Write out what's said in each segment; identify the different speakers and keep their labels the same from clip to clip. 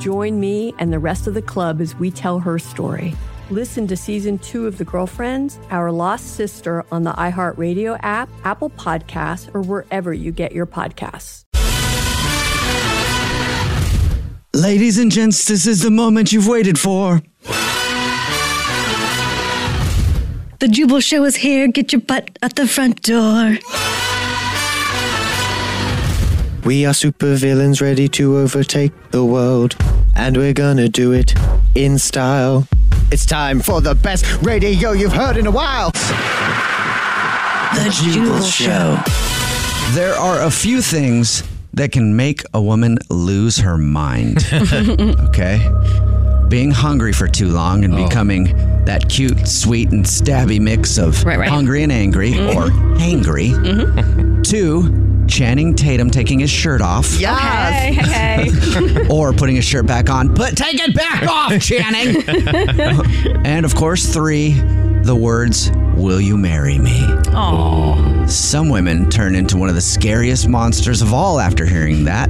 Speaker 1: Join me and the rest of the club as we tell her story. Listen to season two of The Girlfriends, Our Lost Sister on the iHeartRadio app, Apple Podcasts, or wherever you get your podcasts.
Speaker 2: Ladies and gents, this is the moment you've waited for.
Speaker 3: The Jubal Show is here. Get your butt at the front door.
Speaker 4: We are supervillains ready to overtake the world, and we're gonna do it in style. It's time for the best radio you've heard in a while.
Speaker 3: The Jubal Show.
Speaker 2: There are a few things that can make a woman lose her mind. okay? Being hungry for too long
Speaker 5: Oh.
Speaker 2: and becoming that cute, sweet, and stabby mix of
Speaker 5: Right, Mm-hmm. right.
Speaker 2: hungry and angry or hangry. Two, Channing Tatum taking his shirt off
Speaker 5: Hey, hey, hey.
Speaker 2: or putting his shirt back on. Put take it back off, Channing. and of course, three, the words "Will you marry me?" Some women turn into one of the scariest monsters of all after hearing that.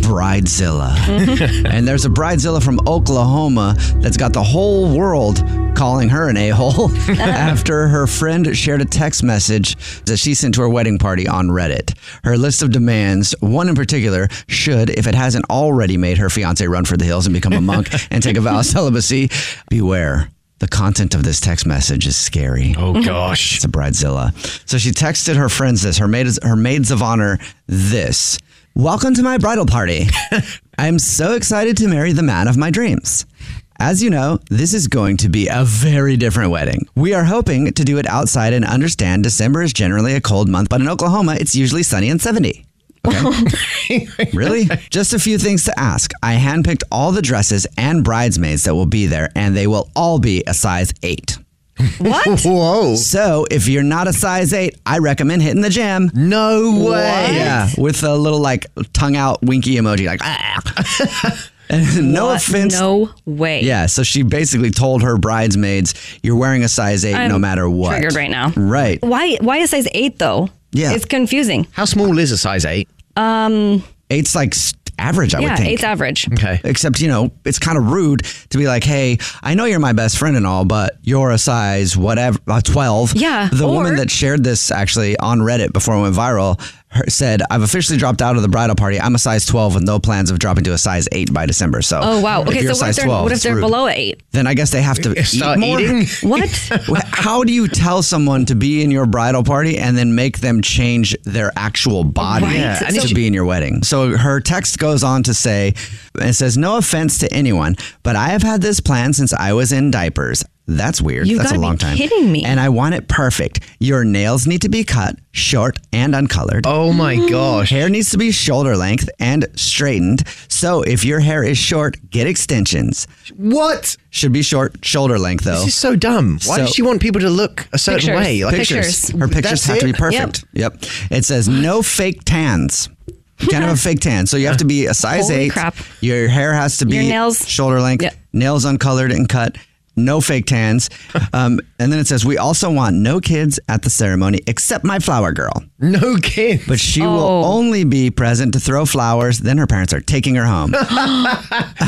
Speaker 2: Bridezilla. and there's a Bridezilla from Oklahoma that's got the whole world calling her an a hole after her friend shared a text message that she sent to her wedding party on Reddit. Her list of demands, one in particular, should, if it hasn't already made her fiance run for the hills and become a monk and take a vow of celibacy, beware. The content of this text message is scary.
Speaker 6: Oh gosh.
Speaker 2: It's a bridezilla. So she texted her friends this, her maids, her maids of honor this. Welcome to my bridal party. I'm so excited to marry the man of my dreams. As you know, this is going to be a very different wedding. We are hoping to do it outside and understand December is generally a cold month, but in Oklahoma, it's usually sunny and 70. Really? Just a few things to ask. I handpicked all the dresses and bridesmaids that will be there, and they will all be a size eight.
Speaker 4: Whoa.
Speaker 2: So if you're not a size eight, I recommend hitting the gym.
Speaker 4: No way.
Speaker 2: Yeah, with a little like tongue out winky emoji, like ah. And no
Speaker 5: What?
Speaker 2: offense.
Speaker 5: No way.
Speaker 2: Yeah, so she basically told her bridesmaids, "You're wearing a size 8 no
Speaker 5: I'm
Speaker 2: matter what."
Speaker 5: Triggered right now.
Speaker 2: Right.
Speaker 7: Why? Why is size eight though?
Speaker 2: Yeah.
Speaker 5: It's confusing.
Speaker 4: How small is a size 8?
Speaker 2: Eight's like s- average, I
Speaker 5: Um, yeah,
Speaker 2: would think.
Speaker 5: eight's average.
Speaker 4: Okay.
Speaker 2: Except, you know, it's kind of rude to be like, hey, I know you're my best friend and all, but you're a size whatever, uh, 12.
Speaker 5: Yeah,
Speaker 2: The
Speaker 5: or-
Speaker 2: woman that shared this actually on Reddit before it went viral her, said, I've officially dropped out of the bridal party. I'm a size 12 with no plans of dropping to a size 8 by December. So,
Speaker 5: Oh wow.
Speaker 2: if
Speaker 5: Okay,
Speaker 2: you're a
Speaker 5: so what
Speaker 2: size
Speaker 5: if they're
Speaker 2: 12,
Speaker 5: what if
Speaker 2: it's
Speaker 5: they're
Speaker 2: rude.
Speaker 5: below at eight?
Speaker 2: Then I guess they have to eat
Speaker 4: Start
Speaker 2: more.
Speaker 4: eating?
Speaker 5: What?
Speaker 2: How do you tell someone to be in your bridal party and then make them change their actual body
Speaker 4: Yeah, and
Speaker 2: to be in your wedding? So her text goes on to say, it says, no offense to anyone, but I have had this plan since I was in diapers. That's weird.
Speaker 5: You
Speaker 2: That's a
Speaker 5: gotta be
Speaker 2: long time.
Speaker 5: kidding me.
Speaker 2: And I want it perfect. Your nails need to be cut, short, and uncolored.
Speaker 4: Oh my
Speaker 5: Mm.
Speaker 4: gosh.
Speaker 2: Hair needs to be shoulder length and straightened. So if your hair is short, get extensions.
Speaker 4: What?
Speaker 2: Should be short, shoulder length though.
Speaker 4: This is so dumb. Why
Speaker 2: So-
Speaker 4: does she want people to look a certain
Speaker 5: Pictures.
Speaker 4: way? Like
Speaker 5: Pictures.
Speaker 2: Her pictures
Speaker 4: That's
Speaker 2: have to be
Speaker 4: it?
Speaker 2: perfect. Yep. It says no fake tans. Kind of a fake tan. So you have to be a size
Speaker 5: Holy
Speaker 2: eight.
Speaker 5: crap.
Speaker 2: Your hair has to be
Speaker 5: Your nails-
Speaker 2: shoulder length,
Speaker 5: Yeah.
Speaker 2: nails uncolored and cut, no fake tans. Um, and then it says, we also want no kids at the ceremony except my flower girl.
Speaker 4: No kids.
Speaker 2: But she will
Speaker 5: Oh.
Speaker 2: only be present to throw flowers. Then her parents are taking her home.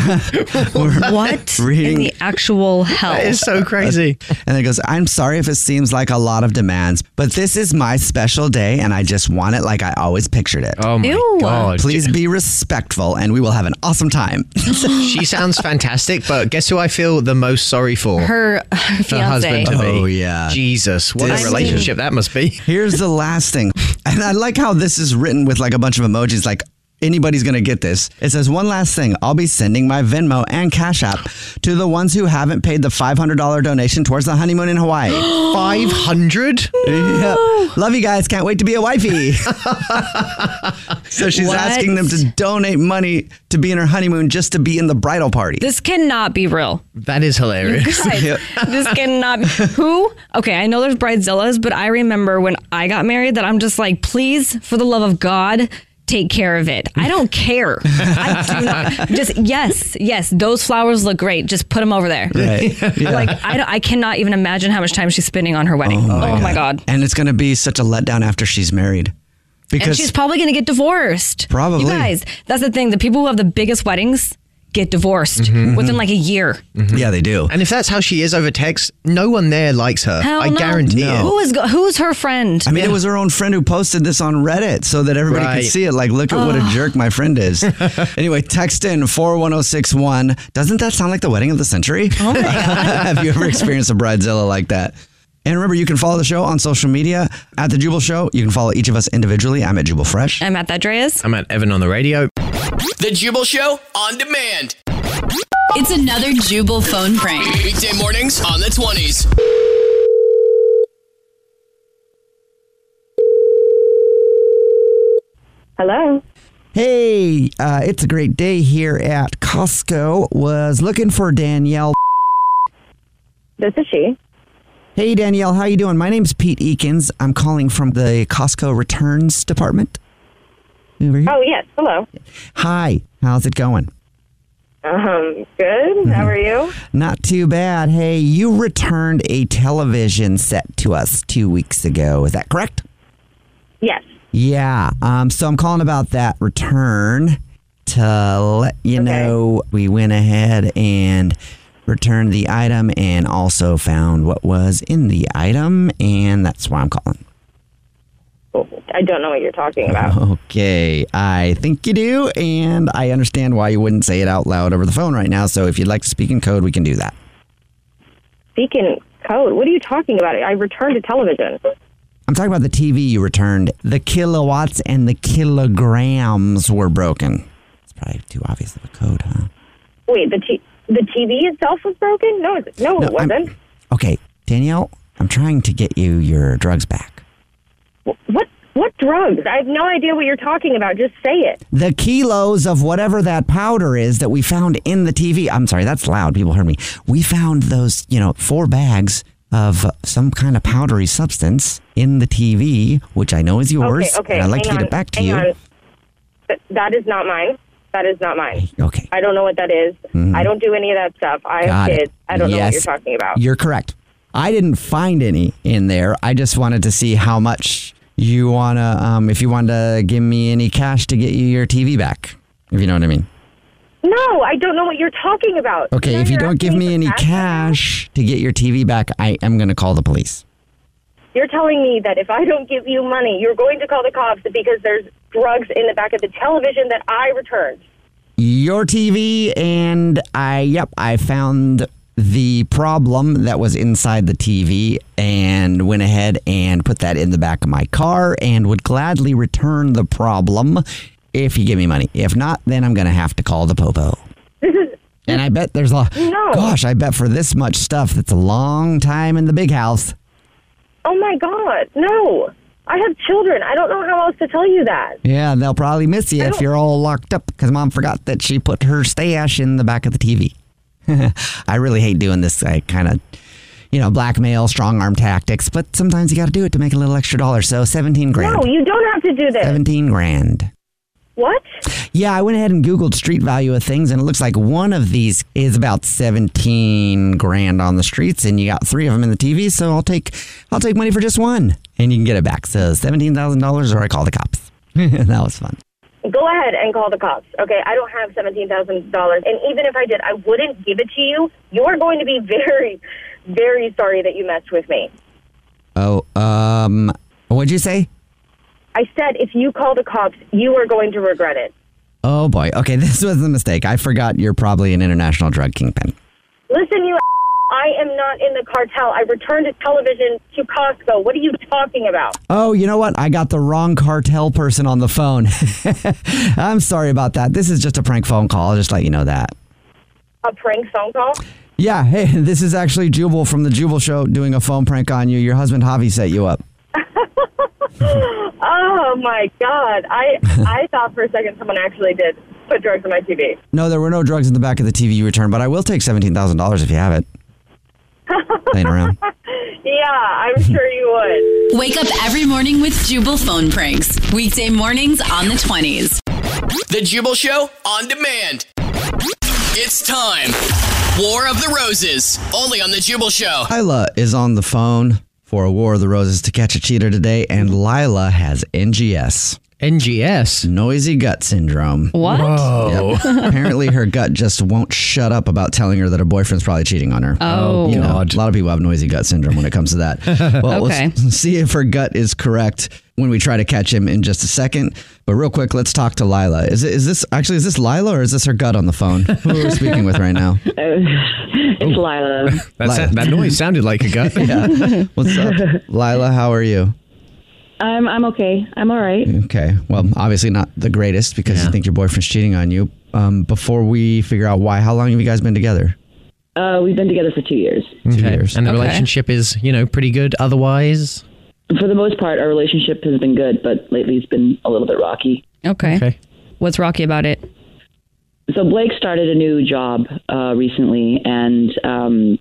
Speaker 3: what
Speaker 2: reading-
Speaker 3: in the actual hell?
Speaker 4: That is so crazy.
Speaker 2: And it goes, I'm sorry if it seems like a lot of demands, but this is my special day and I just want it like I always pictured it.
Speaker 4: Oh my
Speaker 3: Ew.
Speaker 4: god.
Speaker 2: Please be respectful and we will have an awesome time.
Speaker 4: She sounds fantastic, but guess who I feel the most sorry for?
Speaker 3: her
Speaker 4: Her
Speaker 3: fiance.
Speaker 4: husband to
Speaker 2: Oh,
Speaker 4: be.
Speaker 2: yeah.
Speaker 4: Jesus, what
Speaker 2: This-
Speaker 4: a relationship that must be.
Speaker 2: Here's the last thing. And I like how this is written with like a bunch of emojis, like anybody's going to get this. It says, One last thing. I'll be sending my Venmo and Cash App to the ones who haven't paid the $500 donation towards the honeymoon in Hawaii.
Speaker 4: 500?
Speaker 2: Yep. Love you guys. Can't wait to be a wifey. so she's
Speaker 3: What?
Speaker 2: asking them to donate money to be in her honeymoon just to be in the bridal party.
Speaker 3: This cannot be real.
Speaker 4: That is hilarious.
Speaker 3: Guys, this cannot be. Who? Okay, I know there's bridezillas, but I remember when I got married that I'm just like, please, for the love of God, take care of it. I don't care. I do not. Just yes, yes. Those flowers look great. Just put them over there.
Speaker 2: Right. Yeah.
Speaker 3: Like I, don't- I cannot even imagine how much time she's spending on her wedding. Oh my, god.
Speaker 2: and it's going to be such a letdown after she's married. Because
Speaker 3: And she's probably going to get divorced.
Speaker 2: Probably.
Speaker 3: You guys, that's the thing. The people who have the biggest weddings get divorced
Speaker 2: Mm-hmm.
Speaker 3: within like a year.
Speaker 2: yeah, they do.
Speaker 4: Mm-hmm. And if that's how she is over text, no one there likes her.
Speaker 3: Hell
Speaker 4: I
Speaker 3: no.
Speaker 4: guarantee it.
Speaker 3: Who is go- who's her friend?
Speaker 2: I mean, it was her own friend who posted this on Reddit so that everybody
Speaker 4: Right.
Speaker 2: could see it. Like, look at what a jerk my friend is. anyway, text in 41061. Doesn't that sound like the wedding of the century?
Speaker 3: Oh
Speaker 2: Have you ever experienced a bridezilla like that? And remember, you can follow the show on social media at The Jubal Show. You can follow each of us individually. I'm at Jubal Fresh.
Speaker 3: I'm at that Dreas.
Speaker 4: I'm at Evan on the radio.
Speaker 8: The Jubal Show on demand.
Speaker 9: It's another Jubal phone prank.
Speaker 8: Weekday mornings on the 20s.
Speaker 10: Hello.
Speaker 2: Hey, uh, it's a great day here at Costco. Was looking for Danielle.
Speaker 10: This is she.
Speaker 2: Hey, Danielle, how you doing? My name's Pete Eakins. I'm calling from the Costco returns department. Over here.
Speaker 10: Oh yes. Hello.
Speaker 2: Hi, how's it going?
Speaker 10: Um.
Speaker 2: Mm-hmm.
Speaker 10: Good. How are you?
Speaker 2: Not too bad. Hey, you returned a television set to us two weeks ago. Is that correct?
Speaker 10: Yes.
Speaker 2: Yeah. Um, so I'm calling about that return to let you know we went ahead and returned the item and also found what was in the item, and that's why I'm calling.
Speaker 10: I don't know what you're talking about.
Speaker 2: Okay, I think you do, and I understand why you wouldn't say it out loud over the phone right now. So if you'd like to speak in code, we can do that.
Speaker 10: Beacon code. What are you talking about? I returned to television.
Speaker 2: I'm talking about the TV you returned. The kilowatts and the kilograms were broken. It's probably too obvious of a code, huh?
Speaker 10: Wait. The t- the TV itself was broken. No. It, no, it
Speaker 2: No, I'm-
Speaker 10: wasn't.
Speaker 2: Okay, Danielle, I'm trying to get you your drugs back.
Speaker 10: Wh- What what drugs? I have no idea what you're talking about. Just say it.
Speaker 2: The kilos of whatever that powder is that we found in the TV. I'm sorry, that's loud. People heard me. We found those, you know, four bags of some kind of powdery substance in the TV, which I know is yours.
Speaker 10: Okay. Okay.
Speaker 2: and I'd like to
Speaker 10: hang
Speaker 2: get
Speaker 10: on,
Speaker 2: it back to
Speaker 10: hang
Speaker 2: you.
Speaker 10: On. Th- that is not mine. That is not mine.
Speaker 2: Okay.
Speaker 10: I don't know what that is. I don't do any of that stuff. I have
Speaker 2: Mm-hmm. Got it.
Speaker 10: kids. I don't know what you're
Speaker 2: Yes.
Speaker 10: talking about.
Speaker 2: You're correct. I didn't find any in there. I just wanted to see how much you wanna, um, if you wanted to give me any cash to get you your TV back, if you know what I mean.
Speaker 10: no, I don't know what you're talking about.
Speaker 2: Okay,
Speaker 10: Now
Speaker 2: if you
Speaker 10: you're
Speaker 2: don't give
Speaker 10: asking
Speaker 2: me
Speaker 10: for
Speaker 2: any
Speaker 10: cash.
Speaker 2: cash to get your TV back, I am gonna call the police.
Speaker 10: You're telling me that if I don't give you money, you're going to call the cops because there's drugs in the back of the television that I returned.
Speaker 2: Your TV and I, yep, I found the problem that was inside the TV and went ahead and put that in the back of my car and would gladly return the problem if you give me money. If not, then I'm going to have to call the popo. and I bet there's a
Speaker 10: No.
Speaker 2: gosh, I bet for this much stuff that's a long time in the big house.
Speaker 10: Oh my God, no. I have children. I don't know how else to tell you that.
Speaker 2: Yeah, and they'll probably miss you
Speaker 10: I
Speaker 2: if
Speaker 10: don't-
Speaker 2: you're all locked up because mom forgot that she put her stash in the back of the TV. I really hate doing this like, kind of, you know, blackmail, strong arm tactics, but sometimes you got to do it to make a little extra dollar. So 17 grand.
Speaker 10: No, you don't have to do this.
Speaker 2: 17 grand.
Speaker 10: What?
Speaker 2: Yeah, I went ahead and Googled street value of things, and it looks like one of these is about seventeen grand on the streets, and you got three of them in the TV. So I'll take I'll take money for just one, and you can get it back. So seventeen thousand dollars, or I call the cops. that was fun.
Speaker 10: Go ahead and call the cops. Okay, I don't have seventeen thousand dollars, and even if I did, I wouldn't give it to you. You are going to be very, very sorry that you messed with me.
Speaker 2: Oh, um, what'd you say?
Speaker 10: I said, if you call the cops, you are going to regret it.
Speaker 2: Oh boy. Okay, this was a mistake. I forgot you're probably an international drug kingpin.
Speaker 10: Listen, you. I am not in the cartel. I returned to television to Costco. What are you talking about?
Speaker 2: Oh, you know what? I got the wrong cartel person on the phone. I'm sorry about that. This is just a prank phone call. I'll just let you know that.
Speaker 10: A prank phone call?
Speaker 2: Yeah, hey, this is actually Jubal from the Jubal Show doing a phone prank on you. Your husband Javi set you up.
Speaker 10: Oh my God! I I thought for a second someone actually did put drugs on my TV.
Speaker 2: No, there were no drugs in the back of the TV you returned, but I will take seventeen thousand dollars if you have it. Playing around.
Speaker 10: Yeah, I'm sure you
Speaker 11: would. Wake up every morning with Jubal phone pranks. Weekday mornings on the 20s.
Speaker 12: Uh,
Speaker 8: The Jubal Show on demand. It's time. War of the Roses. Only on The Jubal Show.
Speaker 2: Lila is on the phone for a War of the Roses to catch a cheater today, and Lila has NGS. NGS? Noisy gut syndrome.
Speaker 3: What? Whoa.
Speaker 2: Yep. Apparently, her gut just won't shut up about telling her that her boyfriend's probably cheating on her.
Speaker 3: Oh.
Speaker 2: you know, a lot of people have noisy gut syndrome when it comes to that. Well,
Speaker 3: Okay.
Speaker 2: let's see if her gut is correct when we try to catch him in just a second. But real quick, let's talk to Lila. Is, it, is this actually is this Lila or is this her gut on the phone? Who are we speaking with right now?
Speaker 12: it's Lila.
Speaker 4: That, sa- that noise sounded like a gut.
Speaker 2: yeah. What's up, Lila? How are you?
Speaker 12: I'm I'm okay. I'm all right.
Speaker 2: Okay. Well, obviously not the greatest because you think your boyfriend's cheating on you. Um, before we figure out why, how long have you guys been together?
Speaker 12: Uh, we've been together for two years.
Speaker 2: Two years.
Speaker 4: And the
Speaker 12: Okay.
Speaker 4: relationship is, you know, pretty good otherwise.
Speaker 12: For the most part, our relationship has been good, but lately it's been a little bit rocky.
Speaker 3: Okay. What's rocky about it?
Speaker 12: So Blake started a new job uh, recently, and um,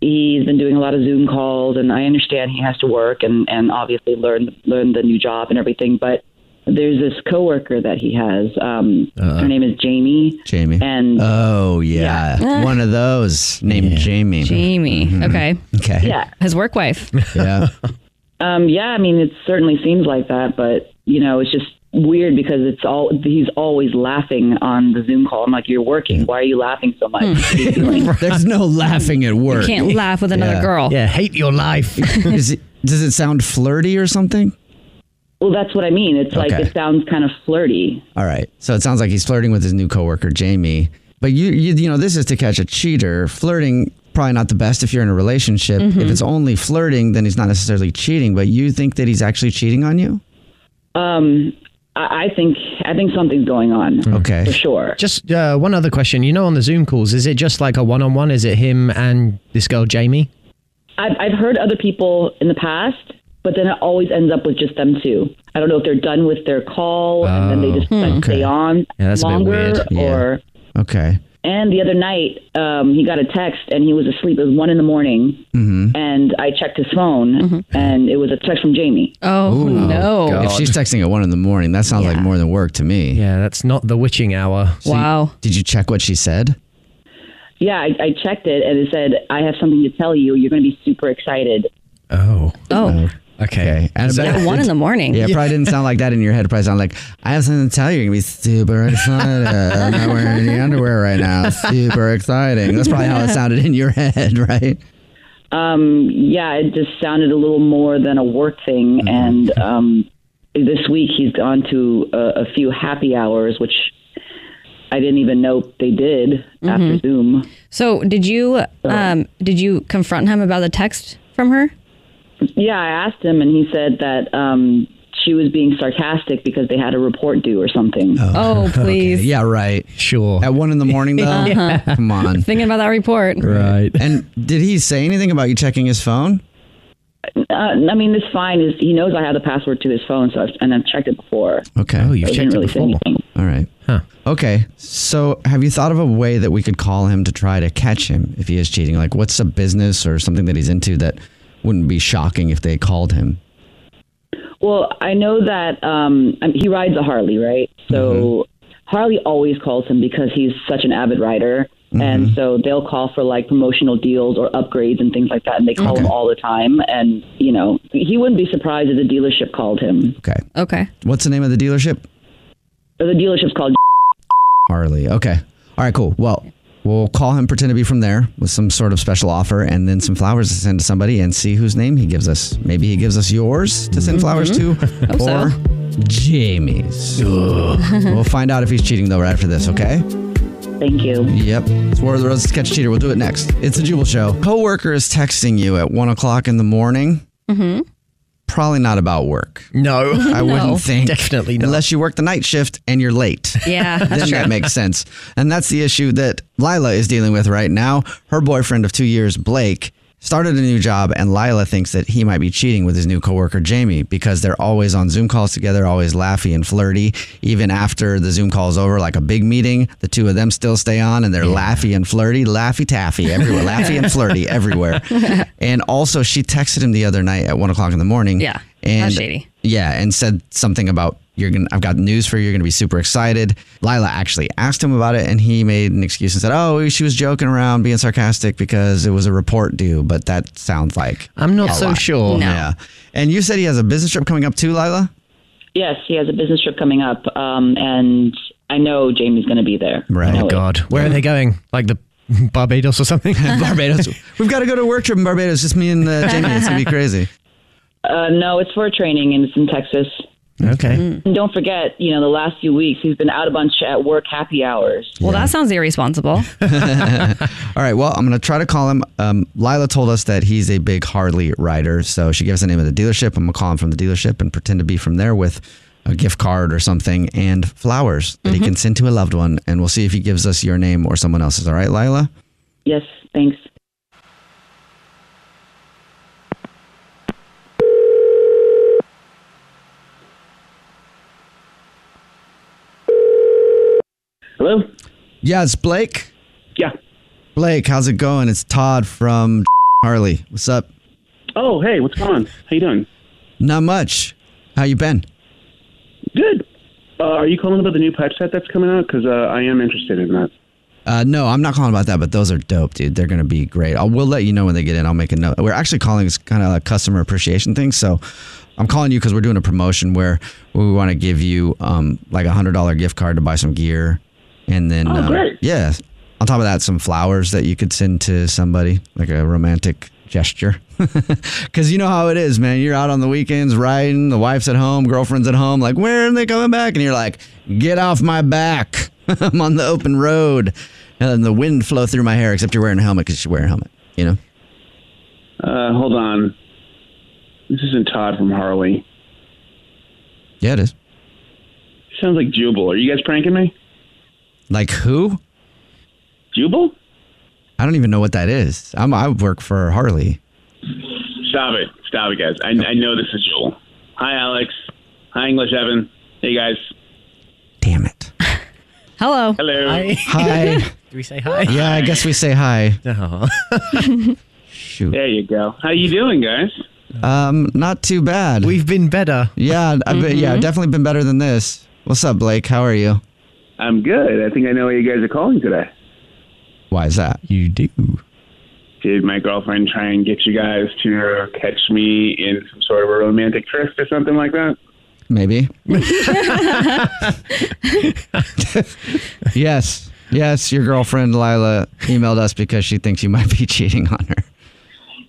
Speaker 12: he's been doing a lot of Zoom calls. And I understand he has to work and, and obviously learn learn the new job and everything. But there's this coworker that he has. Um, Her name is Jamie.
Speaker 2: Uh-huh. Jamie.
Speaker 12: And
Speaker 2: oh yeah,
Speaker 12: Yeah.
Speaker 2: one of those named Jamie.
Speaker 3: Jamie.
Speaker 2: Mhm.
Speaker 3: Okay.
Speaker 2: Okay.
Speaker 12: Yeah.
Speaker 3: His work wife.
Speaker 2: Yeah.
Speaker 12: Um, yeah, I mean, it certainly seems like that, but you know, it's just weird because it's all he's always laughing on the Zoom call. I'm like, you're working. Why are you laughing so
Speaker 3: Hmm.
Speaker 12: much?
Speaker 2: There's no laughing at work.
Speaker 3: can't laugh with another girl.
Speaker 2: Yeah, hate your life. Is it, does it sound flirty or something?
Speaker 12: well, that's what I mean. It's like
Speaker 2: Okay.
Speaker 12: it sounds kind of flirty.
Speaker 2: All right. So it sounds like he's flirting with his new coworker Jamie. But you you, you know this is to catch a cheater. Flirting probably not the best if you're in a relationship.
Speaker 12: Mhm.
Speaker 4: Mm-hmm.
Speaker 2: If it's only flirting, then he's not necessarily cheating. But you think that he's actually cheating on you?
Speaker 12: Um, I, I think I think something's going on.
Speaker 2: Okay.
Speaker 12: for sure.
Speaker 4: Just uh, one other question. You know, on the Zoom calls, is it just like a one on one? Is it him and this girl, Jamie?
Speaker 12: I've I've heard other people in the past, but then it always ends up with just them two. I don't know if they're done with their call and then they just
Speaker 2: Oh,
Speaker 12: like,
Speaker 2: okay.
Speaker 12: stay on
Speaker 2: Yeah, that's a bit
Speaker 12: longer
Speaker 2: weird. Yeah.
Speaker 12: or.
Speaker 2: Okay.
Speaker 12: And the other night, um, he got a text and he was asleep. It was one in the morning.
Speaker 2: Mm-hmm.
Speaker 12: And I checked his phone and it was a text from Jamie.
Speaker 3: Mm-hmm. Oh, no.
Speaker 2: If she's texting at one in the morning, that sounds like more than work to me.
Speaker 4: Yeah, that's not the witching hour.
Speaker 3: wow.
Speaker 2: Did you check what she said?
Speaker 12: Yeah, I, I checked it and it said, I have something to tell you. You're going to be super excited.
Speaker 4: Oh.
Speaker 3: Oh.
Speaker 4: Okay.
Speaker 2: And
Speaker 3: At
Speaker 2: that-
Speaker 3: one in the morning.
Speaker 2: Yeah, it probably didn't sound like that in your head. It probably sounded like, I have something to tell you. You're going to be super excited. I'm not wearing any underwear right now. Super exciting. That's probably how it sounded in your head, right?
Speaker 12: Um, yeah, it just sounded a little more than a work thing.
Speaker 3: Mm-hmm.
Speaker 12: And um, this week he's gone to a, a few happy hours, which I didn't even know they did after
Speaker 3: Mhm.
Speaker 12: Zoom.
Speaker 3: So did you um did you confront him about the text from her?
Speaker 12: Yeah, I asked him, and he said that um, she was being sarcastic because they had a report due or something.
Speaker 3: Oh, please.
Speaker 2: Yeah, right.
Speaker 4: Sure.
Speaker 2: At one in the morning, though?
Speaker 3: Uh-huh.
Speaker 2: Come on.
Speaker 3: Thinking about that report.
Speaker 2: Right. And did he say anything about you checking his phone?
Speaker 12: Uh, I mean, it's fine. Is he knows I have the password to his phone, so I've, and I've checked it before.
Speaker 2: Okay. Oh,
Speaker 12: you've So he checked didn't it really say before.
Speaker 2: All right. Huh. Okay. So, have you thought of a way that we could call him to try to catch him if he is cheating? Like, what's a business or something that he's into that wouldn't be shocking if they called him?
Speaker 12: Well, I know that um, I mean, he rides a Harley, right? So Harley always calls him because he's such an avid rider. And so they'll call for like promotional deals or upgrades and things like that. And they call him all the time. And, you know, he wouldn't be surprised if the dealership called him.
Speaker 2: Okay.
Speaker 3: Okay.
Speaker 2: What's the name of the dealership?
Speaker 12: The dealership's called
Speaker 2: Harley. Okay. All right, cool. Well, we'll call him, pretend to be from there with some sort of special offer and then some flowers to send to somebody and see whose name he gives us. Maybe he gives us yours to send flowers
Speaker 3: Mhm. Hope
Speaker 2: to
Speaker 3: so.
Speaker 2: or Jamie's. we'll find out if he's cheating, though, right after this, okay?
Speaker 12: Thank you.
Speaker 2: Yep. It's War of the Roses Catch a Cheater. We'll do it next. It's a Jubal Show. Coworker is texting you at one o'clock in the morning.
Speaker 13: Mm-hmm.
Speaker 2: Probably not about work. No, I
Speaker 13: No.
Speaker 2: wouldn't think. Definitely not. Unless you work the night shift and you're late.
Speaker 13: Yeah,
Speaker 2: then
Speaker 13: that's
Speaker 2: that
Speaker 13: true.
Speaker 2: makes sense. And that's the issue that Lila is dealing with right now. Her boyfriend of two years, Blake, started a new job, and Lila thinks that he might be cheating with his new coworker, Jamie, because they're always on Zoom calls together, always laughy and flirty. Even after the Zoom call's over, like a big meeting, the two of them still stay on and they're laughy and flirty, laughy taffy everywhere, laughy and flirty everywhere. And also, she texted him the other night at one o'clock in the morning.
Speaker 3: Yeah, how
Speaker 2: and
Speaker 3: shady.
Speaker 2: Yeah, and said something about you're gonna. I've got news for you. You're gonna be super excited. Lila actually asked him about it, and he made an excuse and said, "Oh, she was joking around, being sarcastic because it was a report due." But that sounds like
Speaker 4: I'm not
Speaker 2: a
Speaker 4: so
Speaker 2: lie.
Speaker 4: sure. No.
Speaker 2: Yeah, and you said he has a business trip coming up too, Lila.
Speaker 12: Yes, he has a business trip coming up, um, and I know Jamie's going to be there. I know
Speaker 4: Oh
Speaker 12: it.
Speaker 4: God, where are they going? Like the Barbados or something?
Speaker 2: Barbados. We've got to go to a work trip in Barbados. Just me and uh, Jamie. It's gonna be crazy.
Speaker 12: Uh, no, it's for training, and it's in Texas.
Speaker 4: Okay.
Speaker 3: Mm.
Speaker 12: And don't forget, you know, the last few weeks he's been out a bunch at work happy hours.
Speaker 3: Well, that sounds irresponsible.
Speaker 2: All right. Well, I'm going to try to call him. Um, Lila told us that he's a big Harley rider. So she gave us the name of the dealership. I'm going to call him from the dealership and pretend to be from there with a gift card or something and flowers that he can send to a loved one. And we'll see if he gives us your name or someone else's. All right, Lila?
Speaker 12: Yes, thanks. Hello?
Speaker 2: Yeah, it's Blake.
Speaker 14: Yeah.
Speaker 2: Blake, how's it going? It's Todd from Harley. What's up?
Speaker 14: Oh, hey, what's going on? How you doing?
Speaker 2: Not much. How you been?
Speaker 14: Good. Uh, are you calling about the new patch set that's coming out? Because uh, I am interested in that.
Speaker 2: Uh, no, I'm not calling about that, but those are dope, dude. They're going to be great. I'll, we'll let you know when they get in. I'll make a note. We're actually calling this kind of a customer appreciation thing. So I'm calling you because we're doing a promotion where we want to give you um, like a $100 gift card to buy some gear. And then,
Speaker 14: Oh,
Speaker 2: uh,
Speaker 14: great.
Speaker 2: yeah, on top of that, some flowers that you could send to somebody, like a romantic gesture. Because you know how it is, man. You're out on the weekends riding, the wife's at home, girlfriend's at home, Oh, like, when are they coming back? And you're like, get off my back. I'm on the open road. And then the wind flow through my hair, except you're wearing a helmet because you should wear a helmet, you know?
Speaker 14: Uh, hold on. This isn't Todd from Harley.
Speaker 2: Yeah, it is.
Speaker 14: Sounds like Jubal. Are you guys pranking me?
Speaker 2: Like who?
Speaker 14: Jubal?
Speaker 2: I don't even know what that is. I'm, I work for Harley.
Speaker 14: Stop it. Stop it, guys. I, I know this is Jubal. Hi, Alex. Hi, English Evan. Hey, guys.
Speaker 3: Hello.
Speaker 14: Hello.
Speaker 2: Hi.
Speaker 4: Do we say hi?
Speaker 2: yeah, I guess we say hi.
Speaker 4: Uh-huh.
Speaker 14: There you go. How you doing, guys?
Speaker 2: Um, not too bad. We've
Speaker 4: been better. Mm-hmm.
Speaker 2: Yeah, I've been, yeah,
Speaker 14: Mhm.
Speaker 2: definitely been better than this. What's up, Blake? How are you?
Speaker 14: I'm good. I think I know why you guys are calling today.
Speaker 2: Why is that?
Speaker 4: You do.
Speaker 14: Did my girlfriend try and get you guys to catch me in some sort of a romantic drift or something like that?
Speaker 2: Maybe. yes. Yes, your girlfriend Lila emailed us because she thinks you might be cheating on her.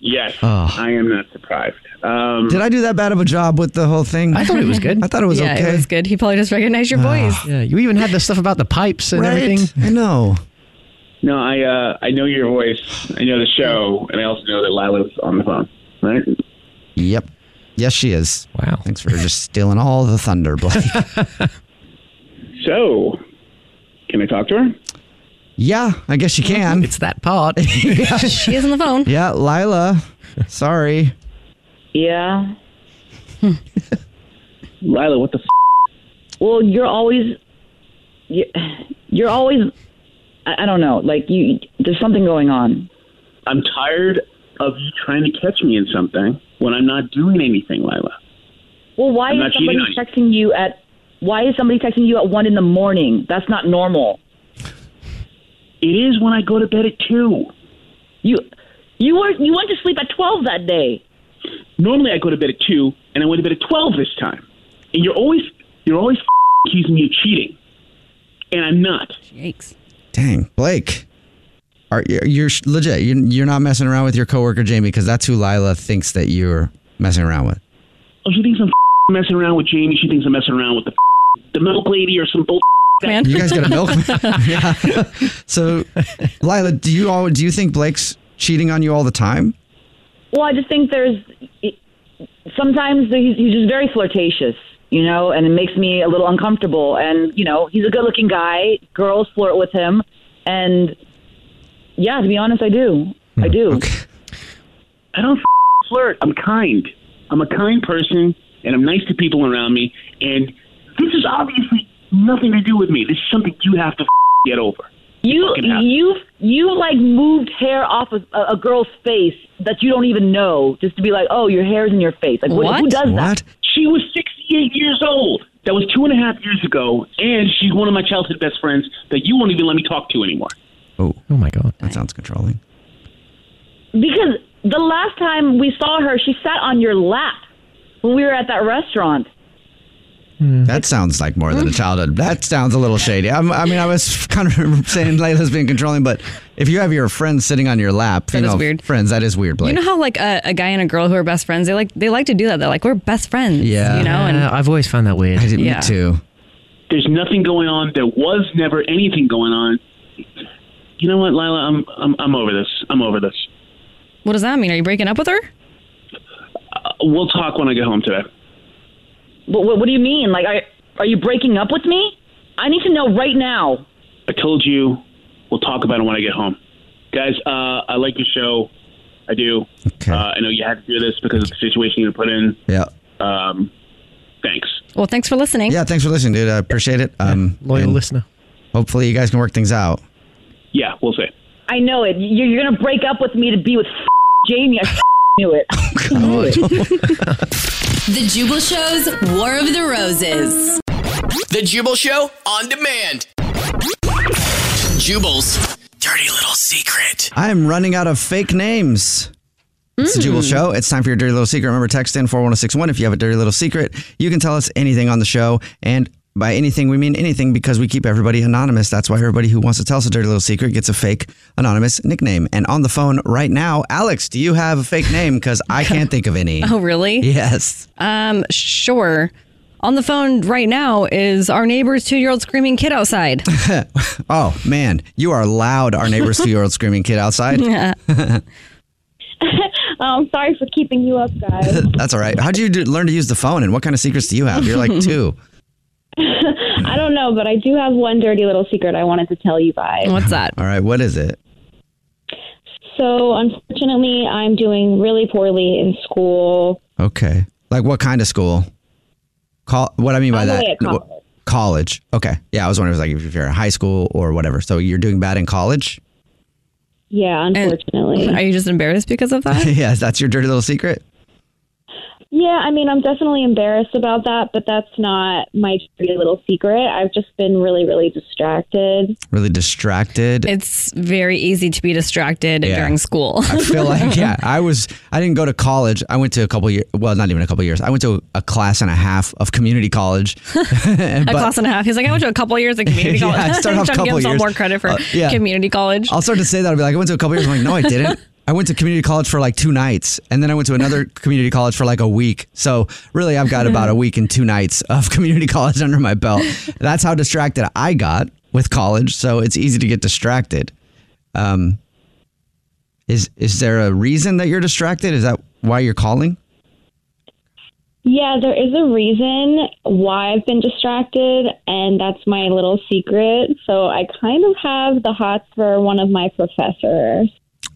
Speaker 14: Yes,
Speaker 2: Oh.
Speaker 14: I am not surprised. Um,
Speaker 2: Did I do that bad of a job with the whole thing?
Speaker 4: I thought it was good.
Speaker 2: I thought it was
Speaker 3: yeah,
Speaker 2: okay. Ah.
Speaker 3: it was good. He probably just recognized your voice.
Speaker 4: Yeah, you even had the stuff about the pipes and
Speaker 14: Right?
Speaker 4: everything.
Speaker 2: I know.
Speaker 14: No, I uh, I know your voice. I know the show, and I also know that Lila's on the phone. Right?
Speaker 2: Yep. Yes, she is.
Speaker 4: Wow.
Speaker 2: Thanks for just stealing all the thunder, Blake.
Speaker 14: So, can I talk to her?
Speaker 2: yeah, I guess you can. It's
Speaker 4: that part.
Speaker 3: She is on the phone.
Speaker 2: Yeah, Lila. Sorry.
Speaker 12: Yeah.
Speaker 14: Lila, what the? F-
Speaker 12: Well, you're always, you- you're always, I I don't know, like you, there's something going on.
Speaker 14: I'm tired of you trying to catch me in something when I'm not doing anything, Lila.
Speaker 15: Well, why
Speaker 14: I'm
Speaker 15: is
Speaker 14: not
Speaker 15: somebody
Speaker 14: cheating on you.
Speaker 15: texting you at why is somebody texting you at one in the morning? That's not normal.
Speaker 14: It is when I go to bed at two.
Speaker 15: You you were you went to sleep at twelve that day.
Speaker 14: Normally I go to bed at two, and I went to bed at twelve this time. And you're always you're always accusing me of cheating, and I'm not.
Speaker 3: Yikes!
Speaker 2: Dang, Blake. Are you- you're sh- legit? You're, you're not messing around with your coworker Jamie because that's who Lila thinks that you're messing around with.
Speaker 14: Oh, she thinks I'm messing around with Jamie. She thinks I'm messing around with the the milk lady or some bull.
Speaker 3: Man,
Speaker 2: You guys got a milk? yeah. So, Lila, do you all do you think Blake's cheating on you all the time?
Speaker 15: Well, I just think there's sometimes he's, he's just very flirtatious, you know, and it makes me a little uncomfortable. And you know, he's a good-looking guy. Girls flirt with him, and yeah, to be honest, I do. I do.
Speaker 14: I don't flirt. I'm kind. I'm a kind person, and I'm nice to people around me. And this is obviously nothing to do with me. This is something you have to get over.
Speaker 15: You
Speaker 14: fucking have-
Speaker 15: you you like moved hair off of a, a girl's face that you don't even know just to be like, oh, your hair's in your face. Like, what? who does that?
Speaker 14: She was 68 years old. That was two and a half years ago, and she's one of my childhood best friends that you won't even let me talk to anymore.
Speaker 2: Oh,
Speaker 4: oh my God,
Speaker 2: that sounds controlling.
Speaker 15: Because the last time we saw her, she sat on your lap when we were at that restaurant.
Speaker 2: That sounds like more than a childhood. That sounds a little shady. I'm, I mean, I was kind of saying Layla's being controlling, but if you have your friends sitting on your lap,
Speaker 3: That is
Speaker 2: female
Speaker 3: weird.
Speaker 2: friends, that is weird, Blake.
Speaker 3: you know how like a, a guy and a girl who are best friends, they like they like to do that. They're like we're best friends.
Speaker 2: Yeah.
Speaker 3: you know, and
Speaker 4: Yeah, Uh, I've always found that weird. I
Speaker 2: did
Speaker 3: me Yeah.
Speaker 2: too.
Speaker 14: There's nothing going on. There was never anything going on. You know what, Lila? I'm I'm, I'm over this. I'm over this.
Speaker 3: what does that mean? Are you breaking up with her?
Speaker 14: Uh, we'll talk when I get home today.
Speaker 15: What, what, what do you mean? Like, are, are you breaking up with me? I need to know right now.
Speaker 14: I told you we'll talk about it when I get home. Guys, uh, I like your show. I do. Uh, I know you had to do this because of the situation you put in.
Speaker 2: Yeah.
Speaker 14: Um, thanks.
Speaker 3: Well, thanks for listening.
Speaker 2: Yeah, thanks for listening, dude. I appreciate it. Um, Loyal
Speaker 4: listener.
Speaker 2: Hopefully, you guys can work things out.
Speaker 14: Yeah, we'll see.
Speaker 15: I know it. You're, you're gonna break up with me to be with Jamie. I knew it. Knew it.
Speaker 9: The Jubal Show's War of the Roses.
Speaker 8: The Jubal Show on demand. Jubal's dirty little secret.
Speaker 2: I am running out of fake names. It's the
Speaker 8: Mm.
Speaker 3: Hmm.
Speaker 2: Jubal Show. It's time for your dirty little secret. Remember, text in 41061 if you have a dirty little secret. You can tell us anything on the show. And by anything, we mean anything because we keep everybody anonymous. That's why everybody who wants to tell us a dirty little secret gets a fake anonymous nickname. And on the phone right now, Alex, do you have a fake name? Because I can't think of any.
Speaker 3: Oh, really?
Speaker 2: Yes.
Speaker 3: Um, sure. On the phone right now is our neighbor's two-year-old screaming kid outside.
Speaker 2: Oh, man. You are loud, our neighbor's two year old screaming kid outside.
Speaker 3: Yeah.
Speaker 16: um, sorry for keeping you up, guys.
Speaker 2: That's all right. How do you do, learn to use the phone and what kind of secrets do you have? You're like two.
Speaker 16: I don't know, but I do have one dirty little secret I wanted to tell you guys.
Speaker 3: What's that?
Speaker 2: All right. What is it?
Speaker 16: So, unfortunately, I'm doing really poorly in school.
Speaker 2: Okay. Like what kind of school? Call what I mean by
Speaker 16: I'm
Speaker 2: that.
Speaker 16: away at college.
Speaker 2: wh- college. Okay. Yeah, I was wondering if like if you're in high school or whatever. So you're doing bad in college?
Speaker 16: Yeah, unfortunately.
Speaker 3: Are you just embarrassed because of that?
Speaker 2: yes, that's your dirty little secret.
Speaker 16: Yeah, I mean, I'm definitely embarrassed about that, but that's not my dirty little secret. I've just been really, really distracted.
Speaker 2: Really distracted.
Speaker 3: It's very easy to be distracted during school.
Speaker 2: I feel like yeah, I was I didn't go to college. I went to a couple years well, not even a couple years. I went to a class and a half of community college.
Speaker 3: a class and a half. He's like, I went to a couple years of community
Speaker 2: Yeah,
Speaker 3: college.
Speaker 2: I started off
Speaker 3: Trying to give
Speaker 2: couple
Speaker 3: himself
Speaker 2: years.
Speaker 3: more credit for
Speaker 2: Uh, yeah. Uh,
Speaker 3: community college.
Speaker 2: I'll start to say that. I'll be like, I went to a couple years. I'm like, no, I didn't. I went to community college for like two nights, and then I went to another community college for like a week. So really, I've got about a week and two nights of community college under my belt. That's how distracted I got with college. So it's easy to get distracted. Um, is is there a reason that you're distracted? Is that why you're calling?
Speaker 16: Yeah, there is a reason why I've been distracted, and that's my little secret. So, I kind of have the hots for one of my professors.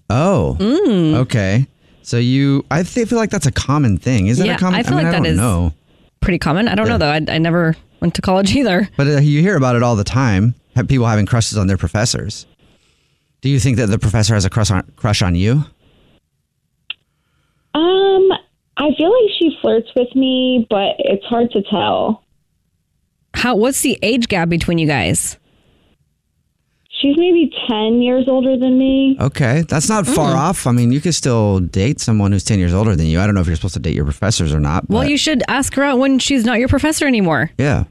Speaker 2: Oh,
Speaker 3: Mm.
Speaker 2: okay. So you, I th- feel like that's a common thing. Is that
Speaker 3: Yeah,
Speaker 2: a common?
Speaker 3: I feel
Speaker 2: mean,
Speaker 3: like
Speaker 2: I
Speaker 3: that
Speaker 2: don't
Speaker 3: is-
Speaker 2: know.
Speaker 3: Pretty common. I don't know though. I, I never went to college either.
Speaker 2: But uh, you hear about it all the time. Have people having crushes on their professors. Do you think that the professor has a crush on crush on you?
Speaker 16: Um, I feel like she flirts with me, but it's hard to tell.
Speaker 3: How? What's the age gap between you guys?
Speaker 16: She's maybe 10 years older than me.
Speaker 2: Okay, that's not
Speaker 3: Mm.
Speaker 2: far off. I mean, you could still date someone who's 10 years older than you. I don't know if you're supposed to date your professors or not.
Speaker 3: Well, you should ask her out when she's not your professor anymore.
Speaker 2: Yeah.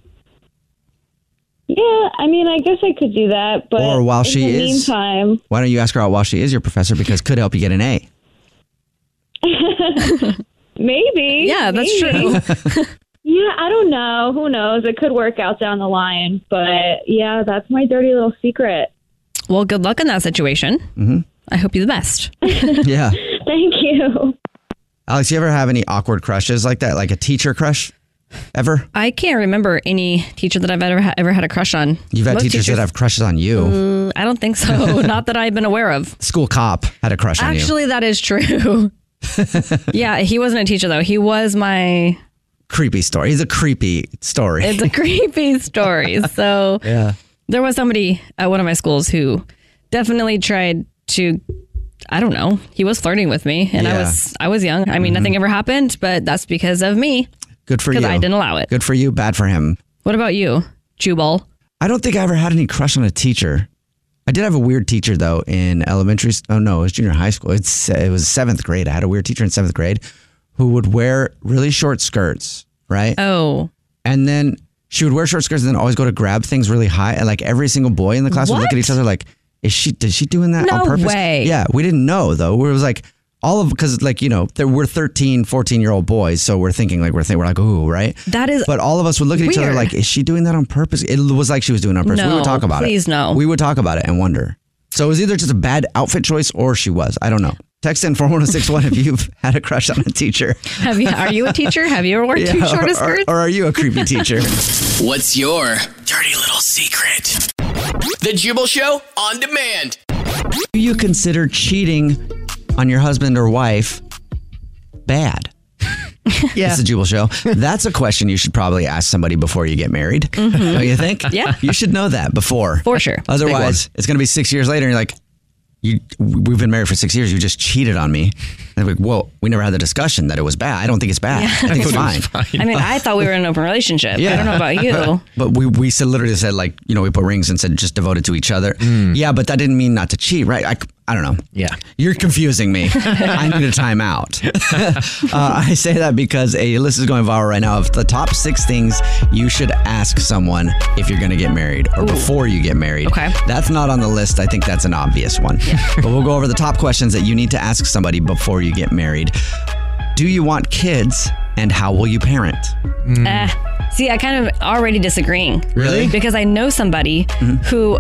Speaker 16: Yeah, I mean, I guess I could do that, but
Speaker 2: Or while
Speaker 16: in
Speaker 2: she
Speaker 16: the
Speaker 2: is-
Speaker 16: meantime,
Speaker 2: Why don't you ask her out while she is your professor because could help you get an A.
Speaker 16: maybe.
Speaker 3: Yeah, that's
Speaker 16: maybe. yeah, I don't know. Who knows? It could work out down the line, but yeah, that's my dirty little secret.
Speaker 3: Well, good luck in that situation.
Speaker 2: Mm-hmm.
Speaker 3: I hope you the best.
Speaker 2: yeah.
Speaker 16: Thank you.
Speaker 2: Alex, you ever have any awkward crushes like that? Like a teacher crush? Ever?
Speaker 3: I can't remember any teacher that I've ever ever had a crush on.
Speaker 2: You've had
Speaker 3: Most
Speaker 2: teachers, that have crushes on you.
Speaker 3: Mm, I don't think so. Not that I've been aware of.
Speaker 2: School cop had a crush on you.
Speaker 3: Actually, that is true. yeah, he wasn't a teacher though. He was my.
Speaker 2: Creepy story. He's a creepy story.
Speaker 3: It's a creepy story. So
Speaker 2: yeah.
Speaker 3: there was somebody at one of my schools who definitely tried to. I don't know. He was flirting with me, and I
Speaker 2: Yeah. Mm-hmm.
Speaker 3: was I was young. I mean, nothing ever happened, but that's because of me.
Speaker 2: Good for you.
Speaker 3: Because I didn't allow it.
Speaker 2: Good for you. Bad for him.
Speaker 3: What about you, Jubal?
Speaker 2: I don't think I ever had any crush on a teacher. I did have a weird teacher though in elementary. s- Oh no, it was junior high school. It's it was seventh grade. I had a weird teacher in seventh grade who would wear really short skirts, right?
Speaker 3: Oh,
Speaker 2: and then she would wear short skirts and then always go to grab things really high, and like every single boy in the class would look at each other like, "Is she? Did she doing that
Speaker 3: No
Speaker 2: on purpose?"
Speaker 3: way.
Speaker 2: Yeah, we didn't know though. We was like all of because like you know there we're 13 14 year old boys so we're thinking like we're thinking we're like ooh right
Speaker 3: That is
Speaker 2: but all of us would look at each other
Speaker 3: weird.
Speaker 2: like is she doing that on purpose it was like she was doing it on purpose we
Speaker 3: No,
Speaker 2: would talk about
Speaker 3: please
Speaker 2: it
Speaker 3: no.
Speaker 2: we would talk about it and wonder so it was either just a bad outfit choice or she was i don't know text in 41061 if you've had a crush on a teacher
Speaker 3: Have you? Are you a teacher? Have you ever worn
Speaker 2: Yeah,
Speaker 3: too short
Speaker 2: or-
Speaker 3: a skirt?
Speaker 2: or are you a creepy teacher
Speaker 8: What's your dirty little secret? The Jubal Show on demand.
Speaker 2: Do you consider cheating on your husband or wife bad?
Speaker 8: Yeah.
Speaker 2: It's a Jubal show. That's a question you should probably ask somebody before you get married.
Speaker 8: Mhm.
Speaker 2: Don't you think?
Speaker 8: Yeah.
Speaker 2: You should know that before.
Speaker 3: Mm-hmm. For sure.
Speaker 2: Otherwise, it's going to be six years later and you're like, you, we've been married for six years. You just cheated on me. And they're like, well, we never had the discussion that it was bad. I don't think it's bad.
Speaker 3: Yeah.
Speaker 2: I think it's
Speaker 3: I
Speaker 2: fine.
Speaker 3: I mean, I thought we were in an open relationship. I don't know about you.
Speaker 2: But we, we said, literally said, like, you know, we put rings and said just devoted to each other. Yeah, but that didn't mean not to cheat, right? I, c- I don't know. Yeah. You're confusing me. I need a timeout. uh, I say that because a list is going viral right now of the top six things you should ask someone if you're going to get married or before you get married. Okay. That's not on the list. I think that's an obvious one. but we'll go over the top questions that you need to ask somebody before you get married. Do you want kids and how will you parent?
Speaker 3: Uh, see, I kind of already disagreeing.
Speaker 2: Mm. Really? Mm-hmm.
Speaker 3: Because I know somebody who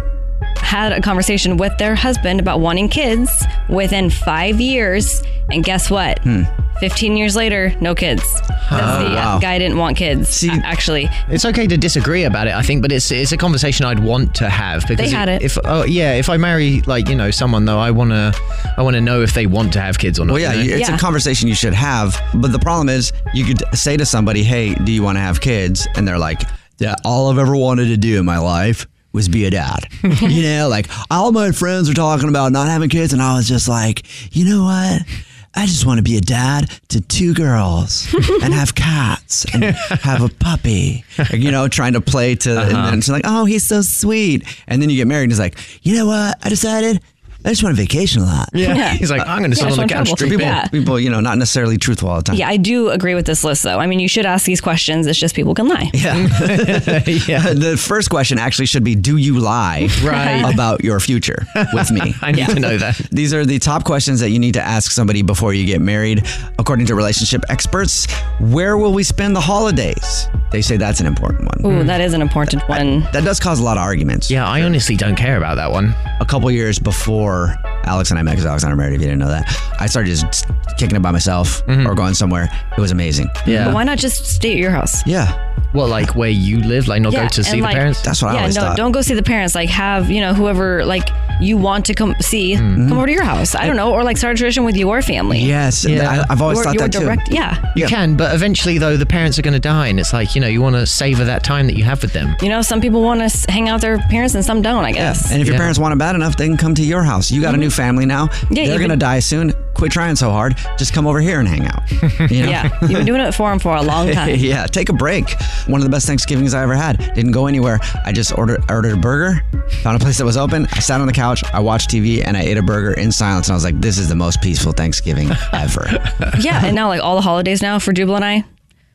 Speaker 3: had a conversation with their husband about wanting kids within five years, and guess what?
Speaker 4: Hmm.
Speaker 3: 15 years later, no kids. That's
Speaker 4: Oh,
Speaker 3: the uh,
Speaker 4: wow.
Speaker 3: guy didn't want kids. a- actually,
Speaker 4: It's okay to disagree about it, I think, but it's it's a conversation I'd want to have because
Speaker 3: had it.
Speaker 4: If oh yeah, if I marry like you know someone though, I wanna I wanna know if they want to have kids or not.
Speaker 2: Well, yeah,
Speaker 4: you know?
Speaker 2: you- it's a conversation you should have. But the problem is, you could say to somebody, "Hey, do you want to have kids?" And they're like, "Yeah, all I've ever wanted to do in my life was be a dad." you know, like all my friends are talking about not having kids, and I was just like, "You know what?" I just want to be a dad to two girls and have cats and have a puppy. You know, trying to play to, and
Speaker 3: Uh-huh.
Speaker 2: then she's like, oh, he's so sweet. And then you get married and it's like, you know what? I decided I just want to vacation a lot.
Speaker 3: Yeah. Yeah. He's like, I'm gonna Yeah, sit on just the want couch, trouble.
Speaker 2: So
Speaker 3: drink
Speaker 2: people,
Speaker 3: beer.
Speaker 2: people, you know, not necessarily truthful all the time.
Speaker 3: yeah, I do agree with this list, though. I mean, you should ask these questions. It's just people can lie.
Speaker 2: yeah. The first question actually should be Do you lie
Speaker 3: Right.
Speaker 2: about your future with me?
Speaker 4: I need to know that.
Speaker 2: These are the top questions that you need to ask somebody before you get married. According to relationship experts, where will we spend the holidays? They say that's an important one.
Speaker 3: Ooh, that is an important one.
Speaker 2: That does cause a lot of arguments. Yeah,
Speaker 4: I honestly don't care about that one.
Speaker 2: A couple years before Alex and I met, because Alex and I are married, if you didn't know that, I started just kicking it by myself
Speaker 4: Mm-hmm.
Speaker 2: or going somewhere. It was amazing.
Speaker 3: But why not just stay at your house?
Speaker 2: Yeah.
Speaker 4: Well, like where you live, like not go to
Speaker 3: and
Speaker 4: see
Speaker 3: like-
Speaker 4: the parents.
Speaker 3: yeah, no, don't go see the parents. Like have you know whoever like you want to come see, come over to your house. I don't know, or like start a tradition with your family.
Speaker 2: Yes,
Speaker 3: Your- your direct, Yeah,
Speaker 4: You can, but eventually, though, the parents are going to die, and it's like, you know, you want to savor that time that you have with them.
Speaker 3: You know, some people want to hang out with their parents and some don't. I guess.
Speaker 2: And if your parents want it bad enough, they can come to your house. You got a new family now.
Speaker 3: Mm-hmm. Yeah,
Speaker 2: They're
Speaker 3: you've
Speaker 2: going to
Speaker 3: been-
Speaker 2: die soon. Quit trying so hard. Just come over here and hang out. You know?
Speaker 3: Yeah, you've been doing it for him for a long time.
Speaker 2: yeah, take a break. One of the best Thanksgivings I ever had. Didn't go anywhere. I just ordered ordered a burger, found a place that was open. I sat on the couch, I watched TV, and I ate a burger in silence. And I was like, this is the most peaceful Thanksgiving ever.
Speaker 3: Yeah, and now like all the holidays now for Jubal and I,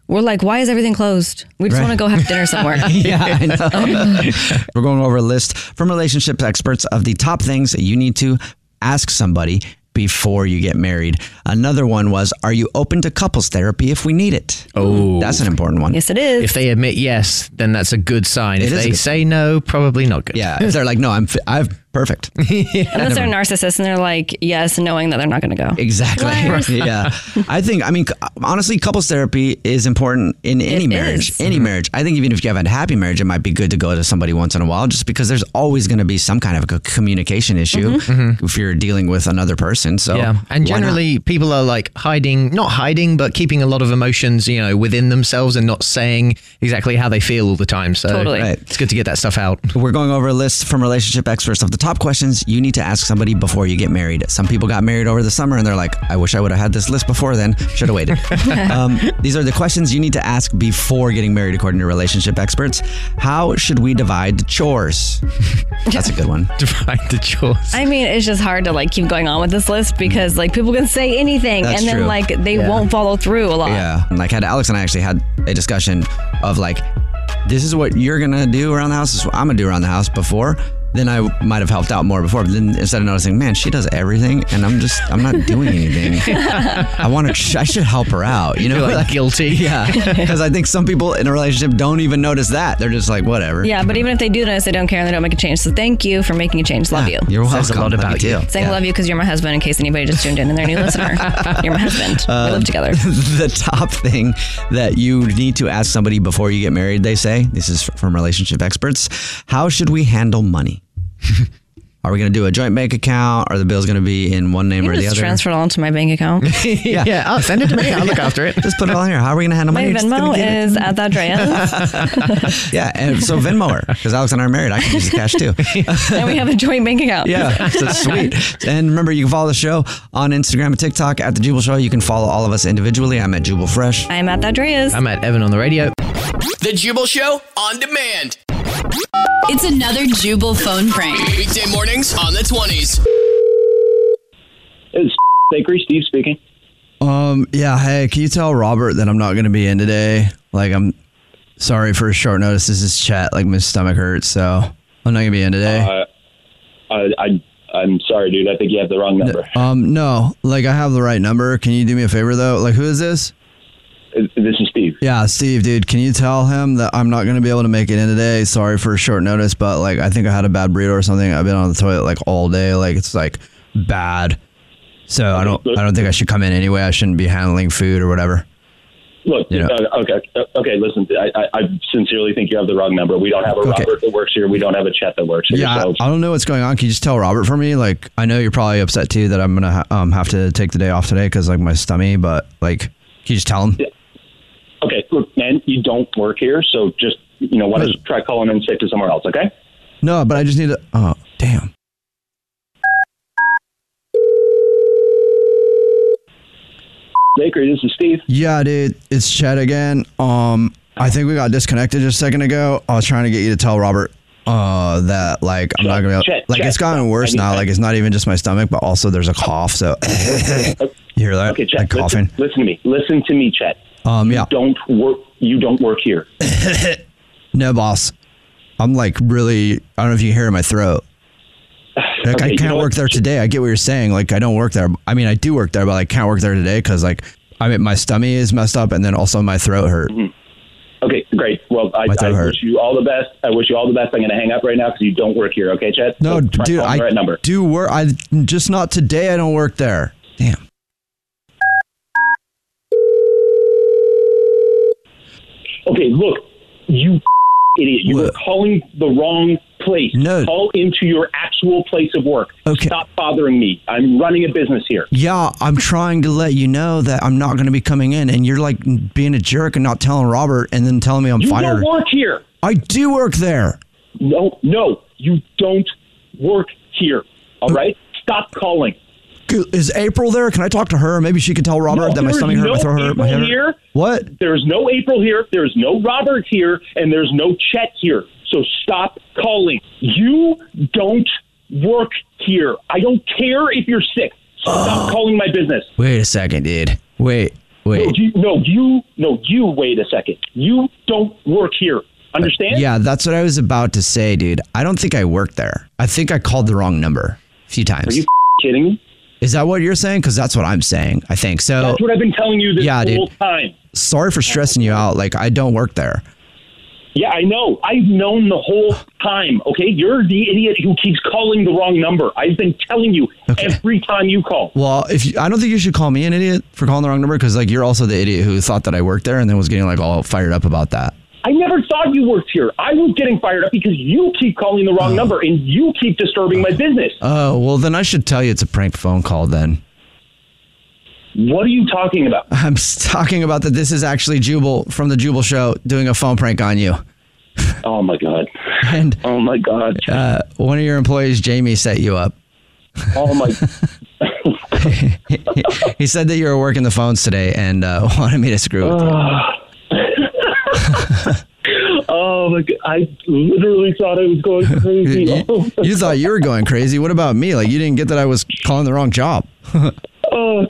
Speaker 3: we're like, why is everything closed? We just
Speaker 2: Right.
Speaker 3: want to go have dinner somewhere.
Speaker 2: yeah, I know. We're going over a list from relationship experts of the top things that you need to ask somebody before you get married. Another one was, are you open to couples therapy if we need it? Oh, that's an important one.
Speaker 3: Yes, it is.
Speaker 4: If they admit yes, then that's a good sign.
Speaker 2: It is
Speaker 4: if
Speaker 2: a
Speaker 4: they
Speaker 2: good-
Speaker 4: say no, probably not good.
Speaker 2: Yeah, if they're like, no, I'm, fi- I'm perfect.
Speaker 3: Unless they're narcissists and they're like, yes, knowing that they're not going to go.
Speaker 2: Exactly.
Speaker 3: Liars.
Speaker 2: yeah. I think, I mean, c- honestly, couples therapy is important in any
Speaker 3: It
Speaker 2: marriage.
Speaker 3: is. Mm-hmm.
Speaker 2: Any marriage. I think even if you have a happy marriage, it might be good to go to somebody once in a while just because there's always going to be some kind of a c- communication issue
Speaker 3: Mm-hmm.
Speaker 2: if you're dealing with another person. So,
Speaker 4: Mm-hmm. yeah, and
Speaker 2: why not?
Speaker 4: generally people are like hiding, not hiding, but keeping a lot of emotions, you know, within themselves and not saying exactly how they feel all the time. So
Speaker 2: Totally. Right.
Speaker 4: it's good to get that stuff out.
Speaker 2: We're going over a list from relationship experts of the top questions you need to ask somebody before you get married. Some people got married over the summer and they're like, I wish I would have had this list before then. Should have waited. um, these are the questions you need to ask before getting married, according to relationship experts. How should we divide the chores? That's a good one.
Speaker 4: divide the chores.
Speaker 3: I mean, it's just hard to like keep going on with this list because like people can say anything
Speaker 2: That's
Speaker 3: and then
Speaker 2: true.
Speaker 3: like they
Speaker 2: Yeah.
Speaker 3: won't follow through a lot.
Speaker 2: Yeah. And, Like had Alex and I actually had a discussion of like, this is what you're gonna do around the house. This is what I'm gonna do around the house. Before, then I might have helped out more before. But then instead of noticing, man, she does everything, and I'm just, I'm not doing anything. I want to, I should help her out. You know,
Speaker 4: You're, like,
Speaker 2: guilty. Yeah. Because I think some people in a relationship don't even notice that. They're just like, whatever.
Speaker 3: Yeah, but even if they do notice, they don't care and they don't make a change. So thank you for making a change. Love you.
Speaker 2: You're welcome.
Speaker 4: Says a lot
Speaker 2: Love
Speaker 4: about
Speaker 2: you.
Speaker 4: you.
Speaker 2: too.
Speaker 3: Saying
Speaker 2: Yeah.
Speaker 3: love you because you're my husband. In case anybody just tuned in and they're a new listener, you're my husband. we
Speaker 2: Um,
Speaker 3: live together.
Speaker 2: the top thing that you need to ask somebody before you get married, they say, this is from relationship experts. How should we handle money? Are we going to do a joint bank account? Are the bills going to be in one name
Speaker 3: You
Speaker 2: or
Speaker 3: can
Speaker 2: the
Speaker 3: just
Speaker 2: other?
Speaker 3: transfer it all into my bank account.
Speaker 2: yeah.
Speaker 4: I'll Oh, send it to me. I'll look after it.
Speaker 2: Just put it all in here. How are we going to handle
Speaker 3: My
Speaker 2: money? Just gonna
Speaker 3: Venmo
Speaker 2: give it-
Speaker 3: is at that
Speaker 2: yeah, and so Venmo her because Alex and I are married. I can use the cash too.
Speaker 3: and we have a joint bank account.
Speaker 2: Yeah, so sweet. And remember, you can follow the show on Instagram and TikTok at the Jubal Show. You can follow all of us individually. I'm at Jubal Fresh.
Speaker 3: I'm at that Dreas.
Speaker 4: I'm at Evan on the radio.
Speaker 8: The Jubal Show on demand.
Speaker 9: It's another Jubal phone prank.
Speaker 8: Weekday mornings on the 20s.
Speaker 14: It's Bakery Steve speaking.
Speaker 5: Um, yeah, hey, can you tell Robert that I'm not gonna be in today? Like I'm sorry for short notice. This is chat, like my stomach hurts, so I'm not gonna be in today.
Speaker 17: Uh, I, I, I'm sorry, dude. I think you have the wrong number.
Speaker 5: um, no, like I have the right number. Can you do me a favor though? Like who is this?
Speaker 17: This is Steve.
Speaker 5: Yeah, Steve, dude, can you tell him that I'm not gonna be able to make it in today? Sorry for short notice, but like I think I had a bad burrito or something. I've been on the toilet like all day, like it's like bad. So I don't I don't think I should come in anyway. I shouldn't be handling food or whatever.
Speaker 17: Look,
Speaker 5: Yeah.
Speaker 17: uh, okay, uh, okay. Listen, I, I, I sincerely think you have the wrong number. We don't have a
Speaker 5: Okay.
Speaker 17: Robert that works here. We don't have a chat that works here.
Speaker 5: Yeah,
Speaker 17: so,
Speaker 5: I, I don't know what's going on. Can you just tell Robert for me? Like, I know you're probably upset too that I'm gonna ha- um, have to take the day off today because like my stomach. But like, can you just tell him?
Speaker 17: okay, look, man, you don't work here, so just you know, why don't you try calling in sick to somewhere else? Okay.
Speaker 5: No, but I just need to. Oh, damn.
Speaker 17: Bakery, this is Steve.
Speaker 5: Yeah, dude, it's Chet again. Um, I think we got disconnected just a second ago. I was trying to get you to tell Robert uh that like I'm not gonna be able,
Speaker 17: Chet,
Speaker 5: like
Speaker 17: Chet.
Speaker 5: it's gotten worse now. Like it's not even just my stomach, but also there's a cough. So you hear that?
Speaker 17: Okay, Chet.
Speaker 5: like coughing.
Speaker 17: listen, listen to me. Listen to me, Chet.
Speaker 5: Um, yeah.
Speaker 17: You don't work. You don't work here.
Speaker 5: No, boss. I'm like really. I don't know if you can hear in my throat. Like
Speaker 17: Okay,
Speaker 5: I
Speaker 17: you
Speaker 5: can't
Speaker 17: know
Speaker 5: work there today. I get what you're saying. Like I don't work there. I mean, I do work there, but I can't work there today because like I mean, my stomach is messed up, and then also my throat hurt.
Speaker 17: Mm-hmm. Okay, great. Well, I,
Speaker 5: My throat
Speaker 17: I
Speaker 5: hurt.
Speaker 17: wish you all the best. I wish you all the best. I'm going to hang up right now because you don't work here. Okay, Chet.
Speaker 5: No,
Speaker 17: So try
Speaker 5: dude,
Speaker 17: calling
Speaker 5: I
Speaker 17: the right number.
Speaker 5: do work. I just not today. I don't work there. Damn.
Speaker 17: Okay, look, you idiot. You were calling the wrong place. No. Call into your actual place of work. Okay. Stop bothering me. I'm running a business here.
Speaker 5: Yeah, I'm trying to let you know that I'm not going to be coming in, and you're like being a jerk and not telling Robert, and then telling me I'm
Speaker 17: you
Speaker 5: fired.
Speaker 17: don't work here.
Speaker 5: I do work there.
Speaker 17: No, no, you don't work here. All right? Stop calling.
Speaker 5: Is April there? Can I talk to her? Maybe she can tell Robert that my
Speaker 17: There's
Speaker 5: stomach hurt.
Speaker 17: no
Speaker 5: I throw her
Speaker 17: April
Speaker 5: my head. hurt.
Speaker 17: here.
Speaker 5: What?
Speaker 17: There's no April here. There's no Robert here, and there's no Chet here. So stop calling. You don't work here. I don't care if you're sick. Stop calling my business.
Speaker 2: Wait a second, dude. Wait, wait.
Speaker 17: No, you, no, you, no, you. Wait a second. You don't work here. Understand?
Speaker 2: Yeah, that's what I was about to say, dude. I don't think I worked there. I think I called the wrong number a few times. Are you
Speaker 17: kidding me?
Speaker 2: Is that what you're saying? Because that's what I'm saying. I think so.
Speaker 17: That's what I've been telling you this
Speaker 2: yeah,
Speaker 17: whole
Speaker 2: dude.
Speaker 17: time.
Speaker 2: Sorry for stressing you out. Like I don't work there.
Speaker 17: Yeah, I know. I've known the whole time. Okay, you're the idiot who keeps calling the wrong number. I've been telling you every time you call.
Speaker 5: Well, if you, I don't think you should call me an idiot for calling the wrong number because like you're also the idiot who thought that I worked there and then was getting like all fired up about that.
Speaker 17: I never thought you worked here. I was getting fired up because you keep calling the wrong number and you keep disturbing my business.
Speaker 5: Oh well, then I should tell you it's a prank phone call. Then
Speaker 17: what are you talking about?
Speaker 5: I'm s- talking about that. This is actually Jubal from the Jubal Show doing a phone prank on you.
Speaker 17: Oh my god!
Speaker 5: And
Speaker 17: oh my god!
Speaker 5: Uh, one of your employees, Jamie, set you up.
Speaker 17: Oh my!
Speaker 5: he said that you were working the phones today and uh, wanted me to screw with you.
Speaker 17: Oh my god! I literally thought I was going crazy. Oh,
Speaker 5: you, you thought you were going crazy. What about me? Like you didn't get that I was calling the wrong job.
Speaker 17: oh.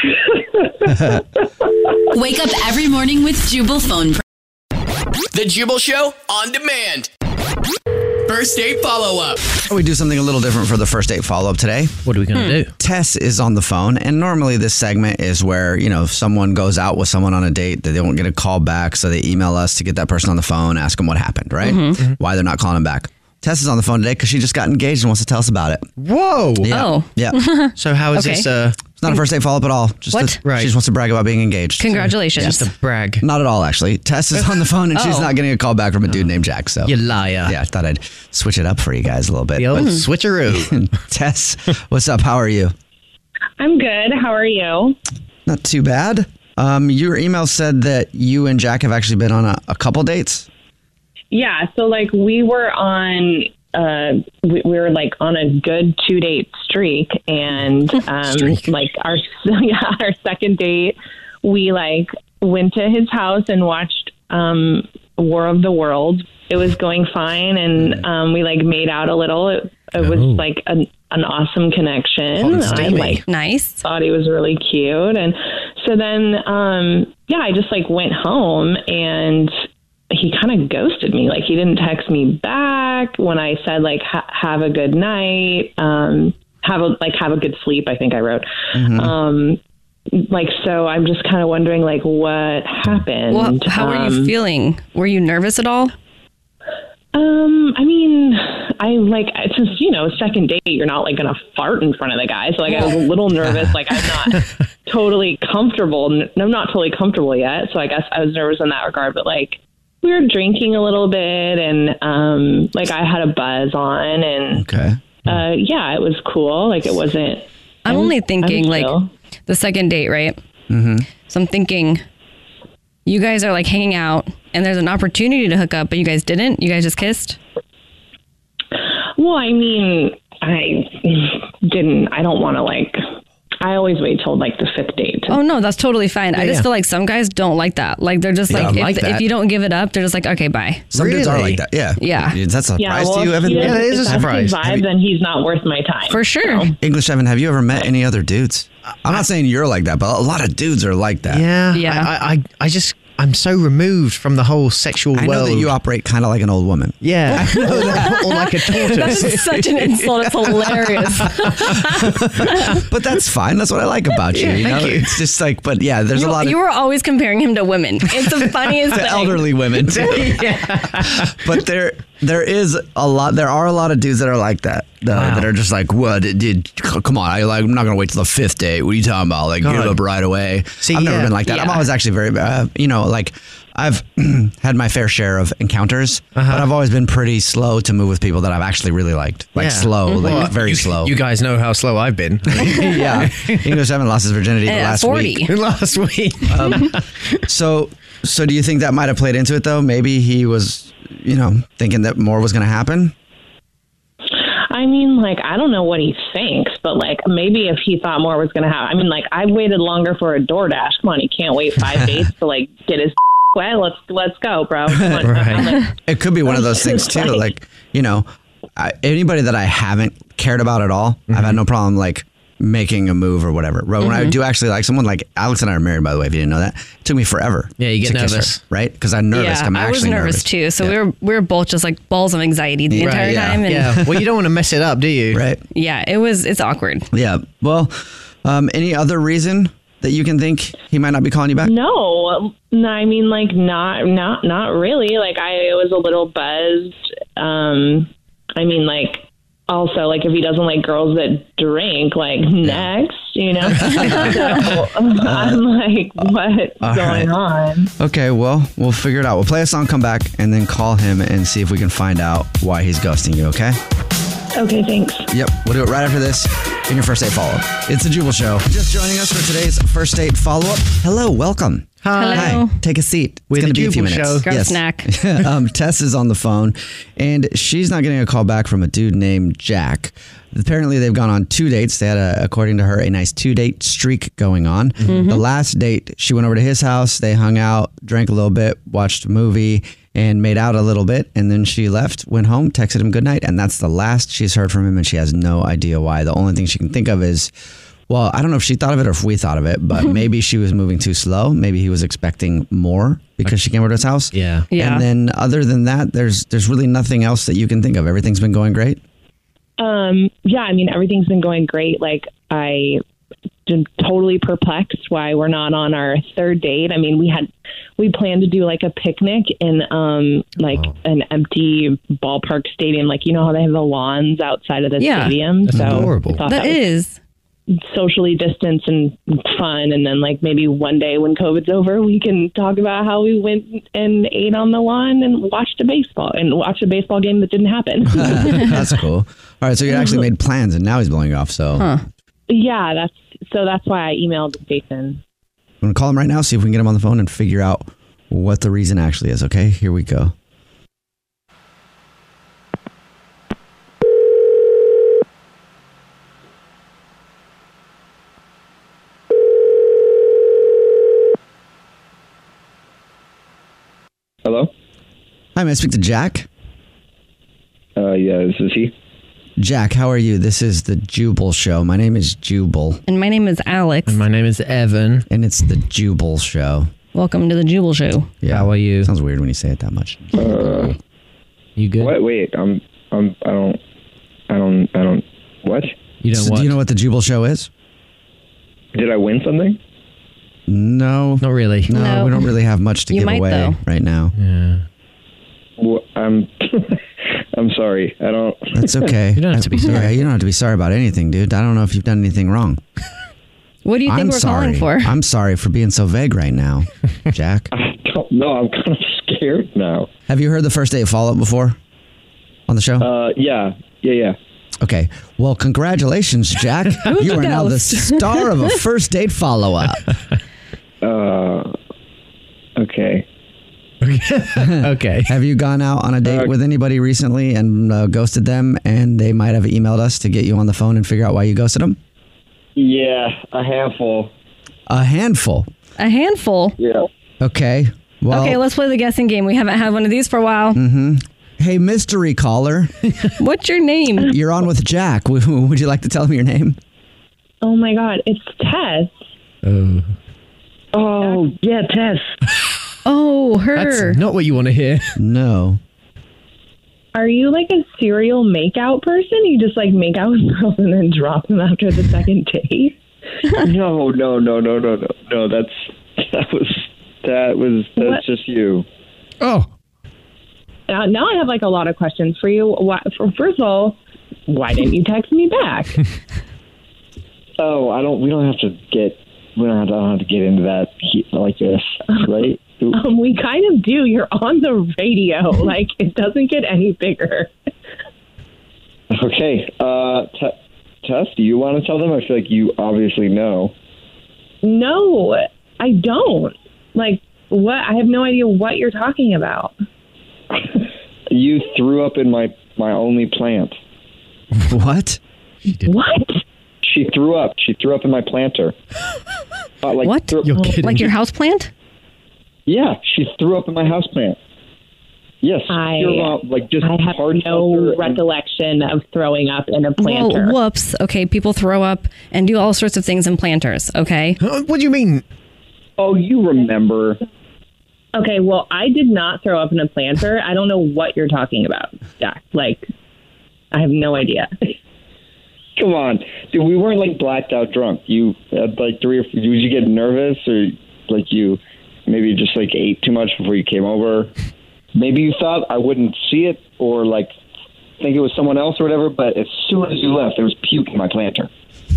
Speaker 9: Wake up every morning with Jubal phone pranks.
Speaker 8: The Jubal Show on demand. First date follow up.
Speaker 2: We do something a little different for the first date follow up today.
Speaker 4: What are we
Speaker 8: gonna Hmm.
Speaker 2: do? Tess is on the phone, and normally this segment is where you know if someone goes out with someone on a date that they won't get a call back, so they email us to get that person on the phone, ask them what happened, right?
Speaker 3: Mm-hmm.
Speaker 18: Mhm.
Speaker 4: Mm-hmm.
Speaker 18: Mhm.
Speaker 2: Why they're not calling them back. Tess is on the phone today because she just got engaged and wants to tell us about it.
Speaker 4: Whoa!
Speaker 2: Yeah.
Speaker 3: Oh.
Speaker 2: yeah.
Speaker 4: so how
Speaker 3: is Okay. this, uh,
Speaker 2: it's not a first date follow up at all. Just
Speaker 3: What?
Speaker 2: right. She just wants to brag about being engaged.
Speaker 3: Congratulations. Just
Speaker 4: a brag.
Speaker 2: Not at all, actually. Tess is on the phone and she's
Speaker 3: Oh.
Speaker 2: not getting a call back from a dude named Jack. So
Speaker 4: you liar.
Speaker 2: Yeah, I thought I'd switch it up for you guys a little bit. The
Speaker 4: old switcheroo.
Speaker 2: Tess, what's up? How are you?
Speaker 19: I'm good. How are you?
Speaker 2: Not too bad. Um, your email said that you and Jack have actually been on a, a couple dates.
Speaker 19: Yeah. So like we were on, uh, we, we were like on a good two date streak, and um, like our yeah our second date, we like went to his house and watched um, War of the Worlds. It was going fine, and um, we like made out a little. It, it was like an, an awesome connection. I like
Speaker 3: nice.
Speaker 19: Thought he was really cute, and so then um, yeah, I just like went home and he kind of ghosted me. Like he didn't text me back when I said like ha- have a good night, um, have a like have a good sleep. I think I wrote.
Speaker 20: Mhm.
Speaker 3: Mm-hmm.
Speaker 19: Um, like so, I'm just kind of wondering like what happened.
Speaker 3: Well, how are you
Speaker 19: Um,
Speaker 3: feeling? Were you nervous at all?
Speaker 19: Um, I mean, I like it's just you know second date. You're not like gonna fart in front of the guy, so like I was a little nervous. Like I'm not totally comfortable. N- I'm not totally comfortable yet, so I guess I was nervous in that regard. But like we were drinking a little bit, and um, like I had a buzz on, and
Speaker 2: okay,
Speaker 19: uh, yeah, it was cool. Like it wasn't.
Speaker 3: I'm only thinking like
Speaker 19: chill.
Speaker 3: the second date, right?
Speaker 2: Mm-hmm.
Speaker 3: So I'm thinking you guys are like hanging out and there's an opportunity to hook up, but you guys didn't. You guys just kissed.
Speaker 19: Well, I mean, I didn't. I don't want to like. I always wait till like the fifth date.
Speaker 3: Oh no, that's totally fine. I
Speaker 19: Yeah,
Speaker 3: just
Speaker 19: yeah.
Speaker 3: feel like some guys don't like that. Like they're just
Speaker 2: Yeah,
Speaker 3: like,
Speaker 2: I like
Speaker 3: if,
Speaker 2: that.
Speaker 3: if you don't give it up, they're just like, okay, bye.
Speaker 2: Some dudes are like that. Yeah.
Speaker 3: Yeah.
Speaker 2: Is that a surprise
Speaker 19: well,
Speaker 2: to you,
Speaker 19: if
Speaker 2: Evan?
Speaker 19: he doesn't- if that's his vibe,
Speaker 2: Have you-
Speaker 19: then he's not worth my time.
Speaker 3: For sure.
Speaker 2: English Evan, have you ever
Speaker 19: Uh,
Speaker 2: met any other dudes? I'm not saying you're like that, but a lot of dudes are like that.
Speaker 4: Yeah. Yeah. I, I, I just, I'm so removed from the whole sexual
Speaker 2: I know
Speaker 4: world.
Speaker 2: that you operate kind of like an old woman.
Speaker 4: Yeah.
Speaker 2: I know that.
Speaker 4: or like a tortoise.
Speaker 3: That's such an insult. It's hilarious.
Speaker 2: but that's fine. That's what I like about you.
Speaker 3: Yeah,
Speaker 2: you
Speaker 3: thank
Speaker 2: know? It's just like, but yeah, there's a
Speaker 3: You-
Speaker 2: lot of
Speaker 3: you were always comparing him to women. It's the funniest
Speaker 2: to
Speaker 3: thing.
Speaker 2: elderly women too. but there there is a lot there are a lot of dudes that are like that though, that are just like what it did c- come on I like I'm not gonna wait till the fifth date what are you talking about like give
Speaker 5: God.
Speaker 2: up right away
Speaker 5: See,
Speaker 2: I've never
Speaker 5: yeah.
Speaker 2: been like that I'm
Speaker 5: Yeah.
Speaker 2: always actually very uh, you know like I've had my fair share of encounters
Speaker 4: Uh-huh.
Speaker 2: but I've always been pretty slow to move with people that I've actually really liked like
Speaker 4: Yeah.
Speaker 2: slow
Speaker 4: Mhm. Well,
Speaker 2: like very slow
Speaker 4: You guys know how slow I've been.
Speaker 2: yeah English Evan lost his virginity
Speaker 3: Eh,
Speaker 2: the last week
Speaker 4: last week.
Speaker 2: um, so, so do you think that might have played into it though? Maybe he was, you know, thinking that more was going to happen.
Speaker 19: I mean, like, I don't know what he thinks, but like, maybe if he thought more was going to happen. I mean, like, I waited longer for a DoorDash. Come on, he can't wait five days to like get his wet. Let's let's go, bro. Come on.
Speaker 2: right. It could be one of those things too. Like you know, I, anybody that I haven't cared about at all, I've
Speaker 4: Mm-hmm.
Speaker 2: had no problem like making a move or whatever. But when I
Speaker 3: Mm-hmm.
Speaker 4: Mhm.
Speaker 2: do actually like someone, like Alex and I are married, by the way. If you didn't know that, it took me forever. Yeah,
Speaker 4: you
Speaker 2: to
Speaker 4: get
Speaker 2: kiss her,
Speaker 4: nervous.
Speaker 2: right? Because I'm nervous.
Speaker 3: Yeah,
Speaker 2: I'm
Speaker 3: I was
Speaker 2: actually
Speaker 3: nervous, too. So we were we were both just like balls of anxiety the
Speaker 2: Right,
Speaker 3: entire
Speaker 2: yeah.
Speaker 3: time. And
Speaker 2: Yeah.
Speaker 4: Well, you don't want to mess it up, do you?
Speaker 2: Right.
Speaker 3: yeah, it was it's awkward.
Speaker 2: Yeah. Well, um, any other reason that you can think he might not be calling you back?
Speaker 19: No, no, I mean like not not not really. Like I was a little buzzed. Um, I mean like also like if he doesn't like girls that drink, like next, you know. so, I'm like, what's
Speaker 2: Uh, all
Speaker 19: going
Speaker 2: right.
Speaker 19: on?
Speaker 2: Okay, well, we'll figure it out. We'll play a song, come back, and then call him and see if we can find out why he's ghosting you, okay?
Speaker 19: Okay, thanks.
Speaker 2: Yep, we'll do it right after this in your first date follow up. It's a Jubal Show. Just joining us for today's first date follow up. Hello, welcome.
Speaker 5: Hi.
Speaker 3: Hello.
Speaker 2: Take a seat.
Speaker 5: We're
Speaker 2: it's
Speaker 5: the
Speaker 2: going to be a few
Speaker 5: Jubal
Speaker 2: minutes.
Speaker 5: Show. Grab a
Speaker 3: snack.
Speaker 2: um, Tess is on the phone, and she's not getting a call back from a dude named Jack. Apparently, they've gone on two dates. They had, a, according to her, a nice two date streak going on.
Speaker 5: Mhm.
Speaker 2: The last date, she went over to his house. They hung out, drank a little bit, watched a movie, and made out a little bit. And then she left, went home, texted him goodnight. And that's the last she's heard from him. And she has no idea why. The only thing she can think of is, well, I don't know if she thought of it or if we thought of it, but maybe she was moving too slow. Maybe he was expecting more because she came over to his house. Yeah.
Speaker 19: Yeah.
Speaker 2: And then other than that, there's there's really nothing else that you can think of. Everything's been going great.
Speaker 19: Um, yeah, I mean, everything's been going great. Like, I am totally perplexed why we're not on our third date. I mean, we had we planned to do like a picnic in um like an empty ballpark stadium. Like, you know how they have the lawns outside of the
Speaker 3: Yeah.
Speaker 19: stadium.
Speaker 3: That's
Speaker 19: so
Speaker 3: adorable.
Speaker 19: I thought
Speaker 3: That
Speaker 19: was
Speaker 3: is.
Speaker 19: socially distanced and fun. And then like maybe one day when COVID's over, we can talk about how we went and ate on the lawn and watched a baseball and watched a baseball game that didn't happen.
Speaker 2: That's cool. All right, so you actually made plans and now he's blowing you off. So I'm
Speaker 19: Oh. Yeah, that's so. That's why I emailed Jason.
Speaker 2: gonna call him right now, see if we can get him on the phone and figure out what the reason actually is. Okay, here we go.
Speaker 20: Hello?
Speaker 2: Hi, may I speak to Jack?
Speaker 20: Uh, yeah, this is he.
Speaker 2: Jack, how are you? This is the Jubal Show. My name is Jubal.
Speaker 3: And my name is Alex.
Speaker 2: And my name is Evan. And it's the Jubal Show.
Speaker 3: Welcome to the Jubal Show.
Speaker 2: Yeah. How are you? Sounds weird when you say it that much.
Speaker 20: Uh,
Speaker 2: you good?
Speaker 20: What? Wait, I'm, I'm, I don't, I don't, I don't, what?
Speaker 2: You know what? Do you know what the Jubal Show is?
Speaker 20: Did I win something?
Speaker 2: No. Not really. No,
Speaker 20: No.
Speaker 2: we don't really have much to
Speaker 20: You
Speaker 2: give
Speaker 20: might,
Speaker 2: away
Speaker 20: though.
Speaker 2: right now. Yeah.
Speaker 20: Wha- I'm, I'm sorry. I don't.
Speaker 2: That's okay. you don't have to be sorry. Yeah, you don't have to be sorry about anything, dude. I don't know if you've done anything wrong.
Speaker 3: What do you think
Speaker 2: I'm
Speaker 3: we're
Speaker 2: sorry.
Speaker 3: calling for?
Speaker 2: I'm sorry for being so vague right now, Jack.
Speaker 20: I don't know. I'm kind of scared now.
Speaker 2: Have you heard the first date follow up before on the show?
Speaker 20: Uh, yeah, yeah, yeah.
Speaker 2: Okay. Well, congratulations, Jack.
Speaker 20: Who's
Speaker 2: you are now the
Speaker 20: ghost?
Speaker 2: star of a first date follow up.
Speaker 20: Uh, okay.
Speaker 2: okay. Have you gone out on a date
Speaker 20: Uh,
Speaker 2: with anybody recently and uh, ghosted them, and they might have emailed us to get you on the phone and figure out why you ghosted them?
Speaker 20: Yeah, a handful.
Speaker 2: A handful.
Speaker 3: A handful.
Speaker 20: Yeah.
Speaker 2: Okay. Well.
Speaker 3: okay, let's play the guessing game. We haven't had one of these for a while.
Speaker 2: Mm-hmm. Hey, mystery caller.
Speaker 3: What's your name?
Speaker 2: You're on with Jack. W- Would you like to tell him your name?
Speaker 19: Oh my God, it's Tess.
Speaker 5: Uh,
Speaker 2: Oh.
Speaker 20: Oh yeah, Tess.
Speaker 3: Oh, her.
Speaker 4: That's not what you want to hear.
Speaker 2: No.
Speaker 19: Are you like a serial makeout person? You just like make out with girls and then drop them after the second date?
Speaker 20: no, no, no, no, no, no, no. That's that was that was that's
Speaker 19: What?
Speaker 20: just you.
Speaker 19: Oh. Now, Uh, now I have like a lot of questions for you. Why, for, first of all, why didn't you text me back?
Speaker 20: Oh, I don't. We don't have to get. We don't have to, I don't have to get into that he- like this, right?
Speaker 19: Um, we kind of do. You're on the radio. Like it doesn't get any bigger.
Speaker 20: okay. Uh, Te- Tess, do you want to tell them? I feel like you obviously know.
Speaker 19: No, I don't. Like what? I have no idea what you're talking about.
Speaker 20: You threw up in my my only plant.
Speaker 21: What?
Speaker 19: What?
Speaker 20: She threw up. She threw up in my planter. Uh, like, what?
Speaker 3: Like your house plant?
Speaker 20: Yeah, she threw up in my house plant. Yes,
Speaker 19: I,
Speaker 20: you're wrong, like just
Speaker 19: I have no recollection of throwing up in a planter.
Speaker 3: Well, whoops. Okay, people throw up and do all sorts of things in planters. Okay.
Speaker 4: What do you mean?
Speaker 20: Oh, you remember?
Speaker 19: Okay, well, I did not throw up in a planter. I don't know what you're talking about, Jack. Like, I have no idea.
Speaker 20: Come on, dude. We weren't like blacked out drunk. You had like three or four, did you get nervous or like you maybe just like ate too much before you came over? Maybe you thought I wouldn't see it or like think it was someone else or whatever. But as soon as you left, there was puke in my planter,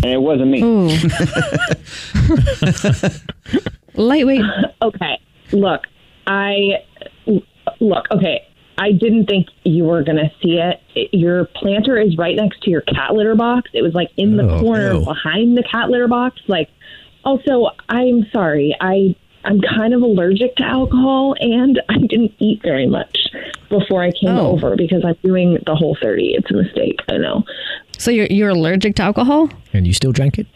Speaker 20: and it wasn't me.
Speaker 3: Lightweight.
Speaker 19: okay, look, I look. Okay, I didn't think you were going to see it. It- Your planter is right next to your cat litter box. It was like in the
Speaker 22: Oh,
Speaker 19: corner
Speaker 22: ew.
Speaker 19: behind the cat litter box. Like, also, I'm sorry. I I'm kind of allergic to alcohol, and I didn't eat very much before I came
Speaker 3: Oh.
Speaker 19: over because I'm doing the whole thirty. It's a mistake. I know.
Speaker 3: So you're you're allergic to alcohol?
Speaker 4: And you still drank it?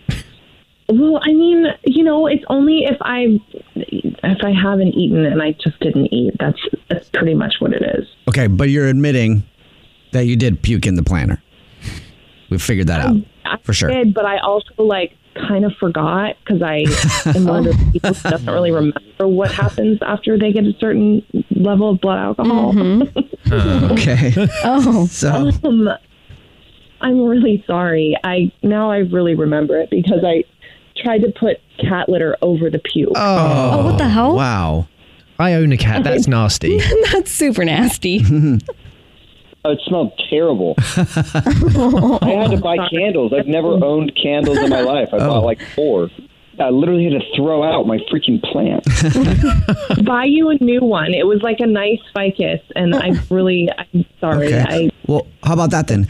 Speaker 19: Well, I mean, you know, it's only if I if I haven't eaten and I just didn't eat. That's that's pretty much what it is.
Speaker 5: Okay, but you're admitting that you did puke in the planner. We figured that
Speaker 19: I
Speaker 5: out for sure.
Speaker 19: did, but I also like kind of forgot because I am one of those people who doesn't really remember what happens after they get a certain level of blood alcohol.
Speaker 5: okay.
Speaker 3: Oh,
Speaker 5: so
Speaker 19: Um, I'm really sorry. I now I really remember it because I tried to put cat litter over the puke.
Speaker 3: Oh, what the hell?
Speaker 4: Wow. I own a cat. That's nasty.
Speaker 3: That's super nasty.
Speaker 20: Oh, it smelled terrible. I had to buy candles. I've never
Speaker 4: Oh.
Speaker 20: owned candles in my life. I bought like four. I literally had to throw out my freaking plant.
Speaker 19: Buy you a new one. It was like a nice ficus, and I really I'm sorry.
Speaker 5: Okay.
Speaker 19: I
Speaker 5: well, how about that then?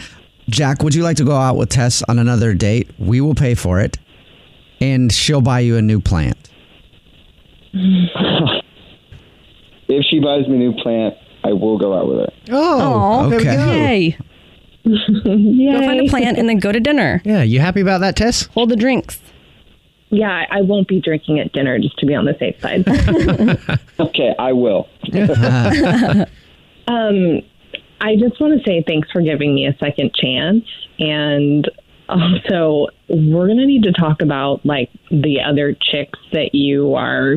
Speaker 5: Jack, would you like to go out with Tess on another date? We will pay for it, and she'll buy you a new plant.
Speaker 20: if she buys me a new plant, I will go out with her.
Speaker 3: Oh,
Speaker 20: there we go.
Speaker 3: Yay. Go find a plant and then go to dinner.
Speaker 4: Yeah, you happy about that, Tess?
Speaker 3: Hold the drinks.
Speaker 19: Yeah, I- I won't be drinking at dinner just to be on the safe side.
Speaker 20: Okay, I will.
Speaker 19: um, I just want to say thanks for giving me a second chance, and also we're gonna need to talk about like the other chicks that you are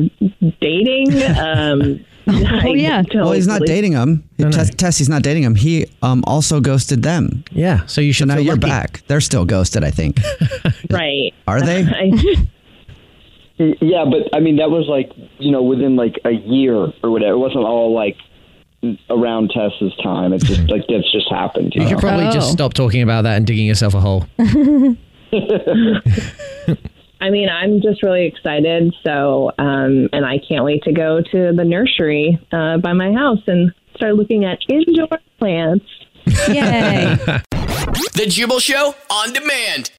Speaker 19: dating. Um,
Speaker 3: Oh,
Speaker 19: I don't
Speaker 5: Well, Oh, he's not
Speaker 19: really-
Speaker 5: dating him. Tess, Tess, he's not dating him. He um, also ghosted them.
Speaker 4: Yeah. So you should
Speaker 5: now
Speaker 4: feel
Speaker 5: you're
Speaker 4: lucky.
Speaker 5: back. They're still ghosted, I think.
Speaker 19: right?
Speaker 5: Are they?
Speaker 20: Yeah, but I mean that was like you know within like a year or whatever. It wasn't all like around Tessa's time. It's just like that's just happened.
Speaker 4: You could probably
Speaker 3: Oh.
Speaker 4: just stop talking about that and digging yourself a hole.
Speaker 19: I mean, I'm just really excited. So, um, and I can't wait to go to the nursery uh, by my house and start looking at indoor plants.
Speaker 8: The Jubal Show on demand.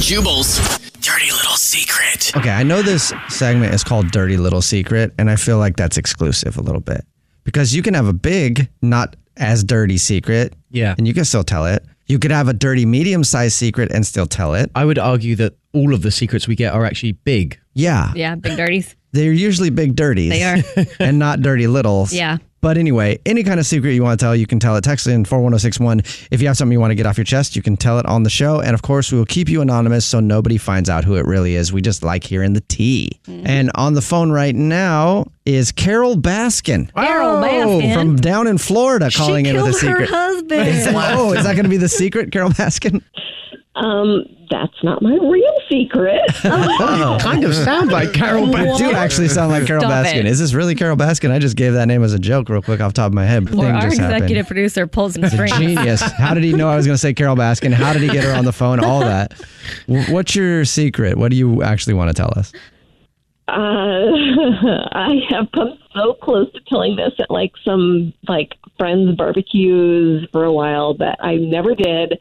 Speaker 8: Jubal's dirty little secret.
Speaker 5: Okay, I know this segment is called Dirty Little Secret, and I feel like that's exclusive a little bit because you can have a big, not as dirty secret. Yeah. And you can still tell it. You could have a dirty, medium sized secret and still tell it.
Speaker 4: I would argue that all of the secrets we get are actually big.
Speaker 5: Yeah.
Speaker 3: Yeah, big dirties.
Speaker 5: They're usually big dirties.
Speaker 3: They are.
Speaker 5: and not dirty littles.
Speaker 3: Yeah.
Speaker 5: But anyway, any kind of secret you want to tell, you can tell it. Text in 41061. If you have something you want to get off your chest, you can tell it on the show. And of course, we will keep you anonymous so nobody finds out who it really is. We just like hearing the tea.
Speaker 3: Mm-hmm.
Speaker 5: And on the phone right now is Carol Baskin.
Speaker 3: Carol Baskin.
Speaker 5: From down in Florida calling in with a
Speaker 3: killed her
Speaker 5: secret.
Speaker 3: husband.
Speaker 5: Is that- oh, is that going to be the secret, Carol Baskin?
Speaker 22: Um, that's not my real secret.
Speaker 5: Oh.
Speaker 22: Kind of sound like Carol
Speaker 5: You do
Speaker 22: Baskin.
Speaker 5: actually sound like Carol
Speaker 3: Stop
Speaker 5: Baskin.
Speaker 3: it.
Speaker 5: Is this really Carol Baskin? I just gave that name as a joke real quick off the top of my head.
Speaker 3: Or
Speaker 5: Thing
Speaker 3: our
Speaker 5: just happened.
Speaker 3: executive producer pulls some
Speaker 5: He's a
Speaker 3: strings.
Speaker 5: genius. How did he know I was going to say Carol Baskin? How did he get her on the phone? All that. W- What's your secret? What do you actually want to tell us?
Speaker 22: Uh, I have come so close to telling this at like some like friends barbecues for a while that I never did.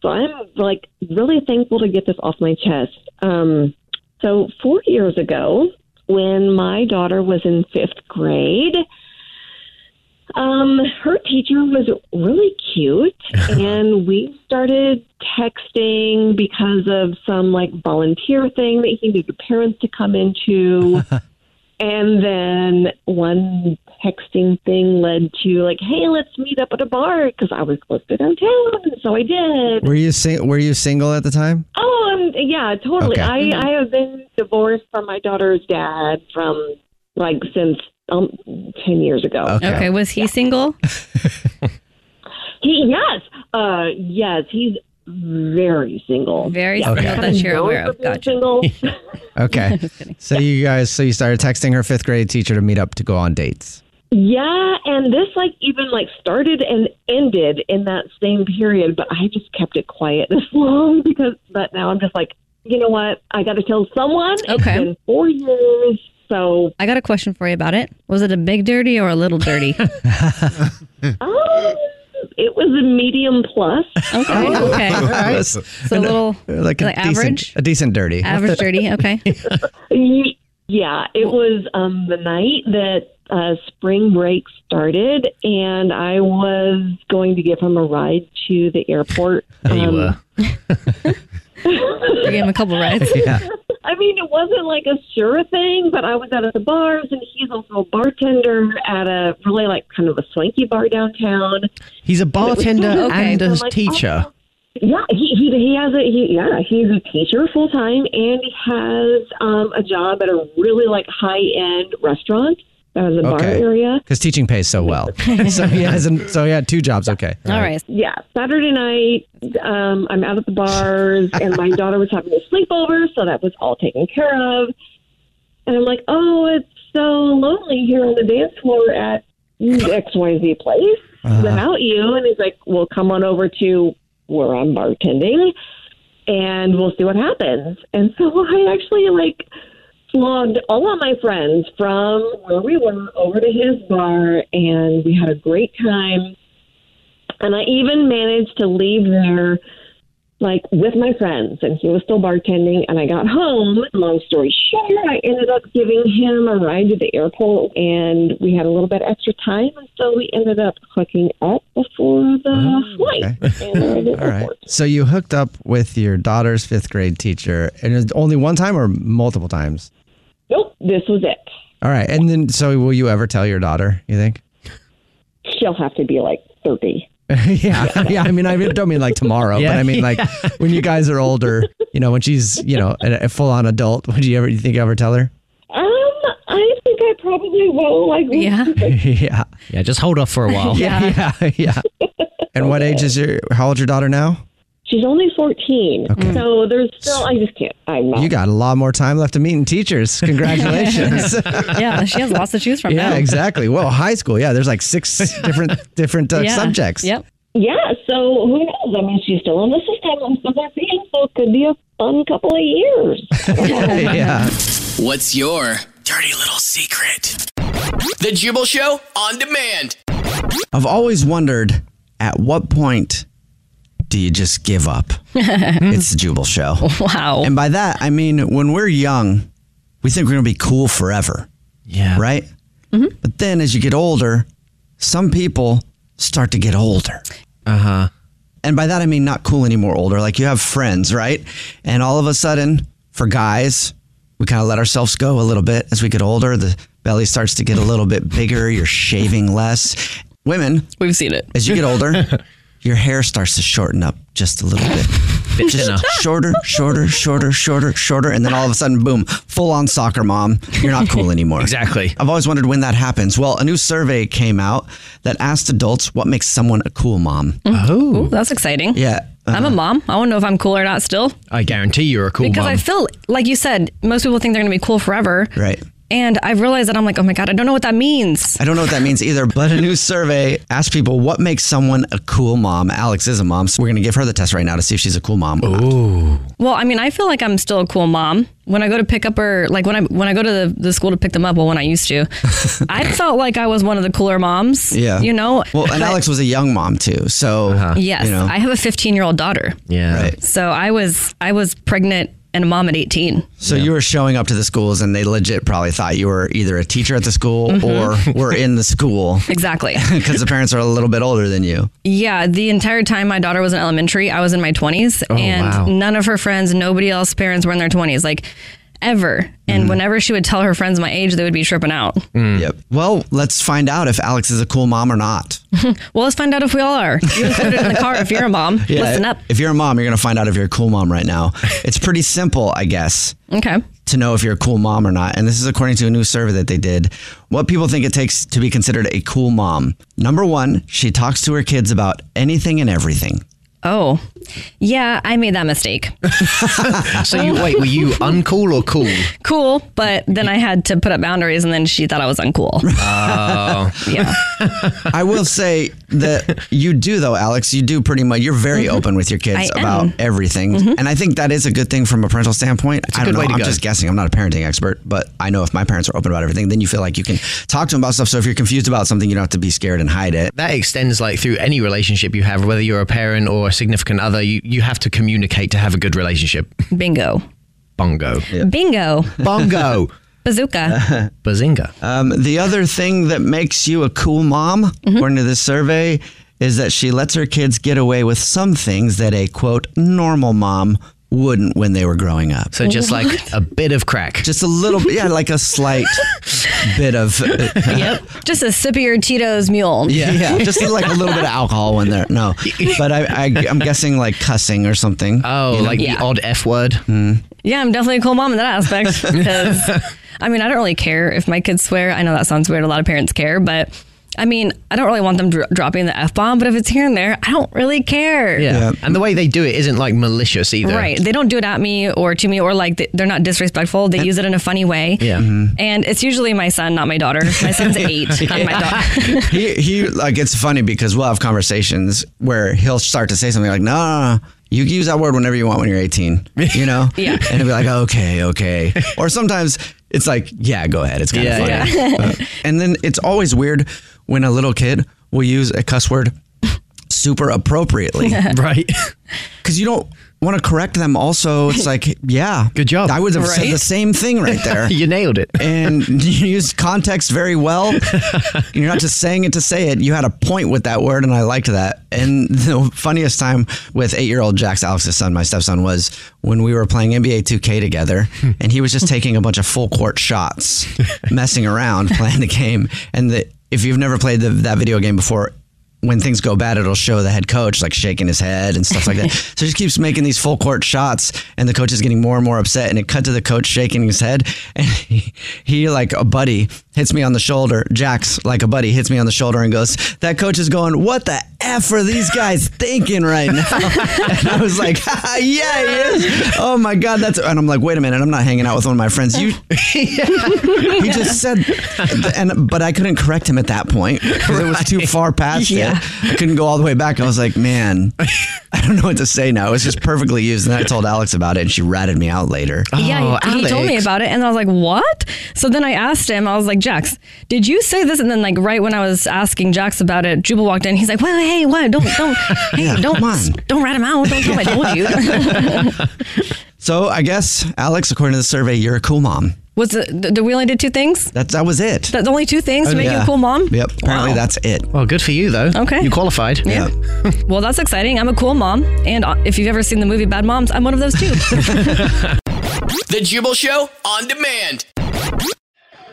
Speaker 22: So I'm like really thankful to get this off my chest. Um, so four years ago, when my daughter was in fifth grade, Um, her teacher was really cute, and we started texting because of some like volunteer thing that he needed parents to come into. and then one texting thing led to like, "Hey, let's meet up at a bar," because I was close to downtown, and so I did.
Speaker 5: Were you sing- Were you single at the time?
Speaker 22: Oh, um, yeah, totally.
Speaker 5: Okay.
Speaker 22: I I have been divorced from my daughter's dad from like since um ten years ago.
Speaker 3: Okay. was he single?
Speaker 22: He yes, uh, yes, he's very single.
Speaker 3: Very
Speaker 5: single that you're aware of.
Speaker 22: Gotcha. Single.
Speaker 5: Okay. so you guys, so you started texting her fifth grade teacher to meet up to go on dates.
Speaker 22: yeah, and this like even like started and ended in that same period, but I just kept it quiet this long because. But now I'm just like, you know what? I got to tell someone.
Speaker 3: Okay.
Speaker 22: It's been four years, so
Speaker 3: I got a question for you about it. Was it a big dirty or a little dirty?
Speaker 22: um, it was a medium plus.
Speaker 3: Okay. Oh, Okay.
Speaker 5: All right. So
Speaker 3: a little
Speaker 5: Like Oh. a
Speaker 3: like
Speaker 5: decent,
Speaker 3: average?
Speaker 5: a decent dirty.
Speaker 3: Average dirty. Okay.
Speaker 22: Y- Yeah, it was um, the night that uh, spring break started, and I was going to give him a ride to the airport. Um,
Speaker 5: uh,
Speaker 3: You gave him a couple rides.
Speaker 22: I mean, it wasn't like a sure thing, but I was out at the bars, and he's also a bartender at a really like kind of a swanky bar downtown.
Speaker 4: He's a bartender
Speaker 22: And it was-
Speaker 4: and a
Speaker 22: I'm like,
Speaker 4: teacher.
Speaker 3: uh,
Speaker 22: Yeah, he he, he has a he, yeah he's a teacher full time and he has um, a job at a really like high end restaurant that was a bar
Speaker 5: Okay.
Speaker 22: area.
Speaker 5: Because teaching pays so well. so he has, an, so he had two jobs. Okay.
Speaker 22: Yeah, Saturday night, um, I'm out at the bars, and my daughter was having a sleepover, so that was all taken care of. And I'm like, oh, it's so lonely here on the dance floor at X Y Z place without you. And he's like, well, come on over to where I'm bartending, and we'll see what happens. And so I actually like flogged all of my friends from where we were over to his bar, and we had a great time. And I even managed to leave there like with my friends and he was still bartending and I got home. Long story short, I ended up giving him a ride to the airport and we had a little bit extra time and so we ended up hooking up before the flight. And
Speaker 5: All right. So you hooked up with your daughter's fifth grade teacher, and it was only one time or multiple times.
Speaker 22: nope, this was it.
Speaker 5: All right. And then, so will you ever tell your daughter? You think?
Speaker 22: She'll have to be like thirty.
Speaker 5: yeah, yeah. I mean, I don't mean like tomorrow, but
Speaker 4: Yeah.
Speaker 5: I mean like when you guys are older. You know, when she's you know a, a full on adult. Would you ever? You think you ever tell her?
Speaker 22: Um, I think I probably will like yeah.
Speaker 5: yeah.
Speaker 4: Yeah, just hold off for a while.
Speaker 5: yeah, yeah, And what age is your? How old's your daughter now?
Speaker 22: She's only fourteen. So there's still I just can't I'm not
Speaker 5: You got a lot more time left to meet in teachers. Congratulations.
Speaker 3: yeah, she has lots to choose from.
Speaker 5: yeah,
Speaker 3: now.
Speaker 5: exactly. Well, high school. Yeah, there's like six different different uh,
Speaker 3: Yeah.
Speaker 5: subjects.
Speaker 3: Yep.
Speaker 22: Yeah, so who knows? I mean, she's still in the system. I'm still their fan, so it could be a fun couple of years.
Speaker 5: yeah.
Speaker 8: What's your dirty little secret? The Jubal Show on demand.
Speaker 2: I've always wondered at what point do you just give up? it's the Jubal Show.
Speaker 3: Wow.
Speaker 2: And by that, I mean, when we're young, we think we're going to be cool forever.
Speaker 4: Yeah.
Speaker 2: Right?
Speaker 23: Mm-hmm.
Speaker 2: But then as you get older, some people start to get older.
Speaker 4: Uh huh.
Speaker 2: And by that, I mean not cool anymore, older. Like you have friends, right? And all of a sudden, for guys, we kind of let ourselves go a little bit as we get older. The belly starts to get a little bit bigger. You're shaving less. Women,
Speaker 23: we've seen it.
Speaker 2: As you get older, your hair starts to shorten up just a little bit.
Speaker 4: Bit
Speaker 2: just
Speaker 4: thinner.
Speaker 2: shorter, shorter, shorter, shorter, shorter. And then all of a sudden, boom, full on soccer mom. You're not cool anymore.
Speaker 4: Exactly.
Speaker 2: I've always wondered when that happens. Well, a new survey came out that asked adults what makes someone a cool mom.
Speaker 3: Oh, that's exciting.
Speaker 2: Yeah. uh-huh.
Speaker 3: I'm a mom. I want to know if I'm cool or not still.
Speaker 4: I guarantee you're a cool
Speaker 3: because
Speaker 4: mom.
Speaker 3: I feel like you said most people think they're going to be cool forever.
Speaker 2: Right.
Speaker 3: And I've realized that I'm like, oh my god, I don't know what that means.
Speaker 2: I don't know what that means either, but a new survey asked people what makes someone a cool mom. Alex is a mom, so we're going to give her the test right now to see if she's a cool mom.
Speaker 4: Ooh.
Speaker 3: Well, I mean, I feel like I'm still a cool mom. When I go to pick up her, like when I when I go to the, the school to pick them up, well, when I used to, I felt like I was one of the cooler moms.
Speaker 2: Yeah.
Speaker 3: You know.
Speaker 2: Well, and
Speaker 3: But-
Speaker 2: Alex was a young mom too, so
Speaker 3: Yes,
Speaker 4: Uh-huh.
Speaker 2: Uh, you know.
Speaker 3: I have a 15 year old daughter.
Speaker 4: Yeah.
Speaker 2: Right.
Speaker 3: So I was I was pregnant and a mom at 18.
Speaker 2: So you were showing up to the schools, and they legit probably thought you were either a teacher at the school
Speaker 3: Mhm.
Speaker 2: or were in the school
Speaker 3: Exactly.
Speaker 2: because the parents are a little bit older than you.
Speaker 3: Yeah, the entire time my daughter was in elementary, I was in my 20s,
Speaker 2: Oh,
Speaker 3: and
Speaker 2: wow.
Speaker 3: none of her friends, nobody else, parents were in their 20s, like ever.
Speaker 2: Mm-hmm.
Speaker 3: And whenever she would tell her friends my age, they would be tripping out.
Speaker 2: Yep. Well, let's find out if Alex is a cool mom or not.
Speaker 3: Hmm, well, let's find out if we all are. You can put it in the car if you're a mom. Listen up.
Speaker 2: If you're a mom, you're going to find out if you're a cool mom right now. It's pretty simple, I guess.
Speaker 3: Okay.
Speaker 2: To know if you're a cool mom or not. And this is according to a new survey that they did. What people think it takes to be considered a cool mom. Number one, she talks to her kids about anything and everything.
Speaker 3: Oh, yeah, I made that mistake.
Speaker 4: So you wait, were you uncool or cool?
Speaker 3: cool, but then I had to put up boundaries, and then she thought I was uncool.
Speaker 4: Uh,
Speaker 3: yeah.
Speaker 2: I will say that you do though, Alex. You do pretty much. You're very
Speaker 4: Mm-hmm.
Speaker 2: open with your kids
Speaker 3: I
Speaker 2: about
Speaker 3: am.
Speaker 2: everything, and I think that is a good thing from a parental standpoint.
Speaker 4: a
Speaker 2: I don't
Speaker 4: good
Speaker 2: know.
Speaker 4: way to
Speaker 2: I'm
Speaker 4: go.
Speaker 2: just guessing. I'm not a parenting expert, but I know if my parents are open about everything, then you feel like you can talk to them about stuff. So if you're confused about something, you don't have to be scared and hide it.
Speaker 4: That extends like through any relationship you have, whether you're a parent or a significant other, you, you have to communicate to have a good relationship.
Speaker 3: Bingo.
Speaker 4: Bongo.
Speaker 3: Bingo.
Speaker 4: Bongo.
Speaker 3: Bazooka.
Speaker 4: Bazinga.
Speaker 2: Um, the other thing that makes you a cool mom, according to this survey, is that she lets her kids get away with some things that a quote normal mom wouldn't when they were growing up.
Speaker 4: So just like What?
Speaker 2: a
Speaker 4: bit of crack,
Speaker 2: just a little, bit, yeah, like a slight bit of. uh,
Speaker 3: yep. Just a sip of your Tito's mule.
Speaker 2: Yeah, yeah, just like a little bit of alcohol in there. No, but I, I, I'm guessing like cussing or something. Hmm. Oh,
Speaker 3: like the Yeah. odd
Speaker 4: F word.
Speaker 3: Yeah, I'm definitely a cool mom in that aspect. 'cause, I mean, I don't really care if my kids swear. I know that sounds weird. A lot of parents care, but I mean, I don't really want them dro- dropping the f bomb. But if it's here and there, I don't really care.
Speaker 4: Yeah. And the way they do it isn't like malicious either.
Speaker 3: Right. They don't do it at me or to me or like th- they're not disrespectful. They use it in a funny way.
Speaker 4: Yeah.
Speaker 3: And it's usually my son, not my daughter. My son's eight, not my daughter.
Speaker 2: he he like it's funny because we'll have conversations where he'll start to say something like, "No, no, no, you can use that word whenever you want when you're 18," you know?
Speaker 3: Yeah.
Speaker 2: And he'll be like, "Okay, okay." Or sometimes it's like, "Yeah, go ahead." It's kind
Speaker 4: Yeah,
Speaker 2: of funny.
Speaker 4: yeah.
Speaker 2: But- and then it's always weird when a little kid will use a cuss word super appropriately,
Speaker 4: right?
Speaker 2: Because you don't want to correct them. Also, it's like, yeah, good job. I would have said
Speaker 4: Right?
Speaker 2: the same thing right there.
Speaker 4: You nailed it.
Speaker 2: And you used context very well. You're not just saying it to say it. You had a point with that word, and I liked that. And the funniest time with eight year old Jax, Alex's son, my stepson, was when we were playing NBA 2K together,
Speaker 4: Hmm.
Speaker 2: and he was just taking a bunch of full court shots, messing around, playing the game. And the, if you've never played the, that video game before, when things go bad, it'll show the head coach like shaking his head and stuff like that. so he just keeps making these full court shots, and the coach is getting more and more upset. And it cut to the coach shaking his head, and he, he like a buddy hits me on the shoulder. Jax like a buddy hits me on the shoulder and goes, "That coach is going, what the f are these guys thinking right now?" and I was like, "Ah, "Yeah, he is. Oh my god, that's." And I'm like, "Wait a minute, I'm not hanging out with one of my friends. You he just said, and but I couldn't correct him at that point 'cause it was too far past
Speaker 3: Yeah.
Speaker 2: it. I couldn't go all the way back. I was like, man, I don't know what to say now. It was just perfectly used. And then I told Alex about it, and she ratted me out later.
Speaker 3: yeah, he, he told me about it, and I was like, "What?" So then I asked him. I was like, "Jax, did you say this?" And then, like, right when I was asking Jax about it, Jubal walked in. He's like, "Well, hey, what? Don't, don't, hey,
Speaker 2: Yeah,
Speaker 3: don't,
Speaker 2: come on.
Speaker 3: don't rat him out. Don't tell him I told you."
Speaker 2: So I guess Alex, according to the survey, you're a cool mom.
Speaker 3: was it, th- th- we only did two things?
Speaker 2: That that was it.
Speaker 3: That's only two things to make you a cool mom.
Speaker 2: Oh, Yep. Apparently
Speaker 3: Wow.
Speaker 2: that's it.
Speaker 4: Well, good for you though.
Speaker 3: Okay.
Speaker 4: You qualified.
Speaker 3: Yeah. Well, that's exciting. I'm a cool mom, and uh, if you've ever seen the movie Bad Moms, I'm one of those too.
Speaker 8: The Jubal Show on demand.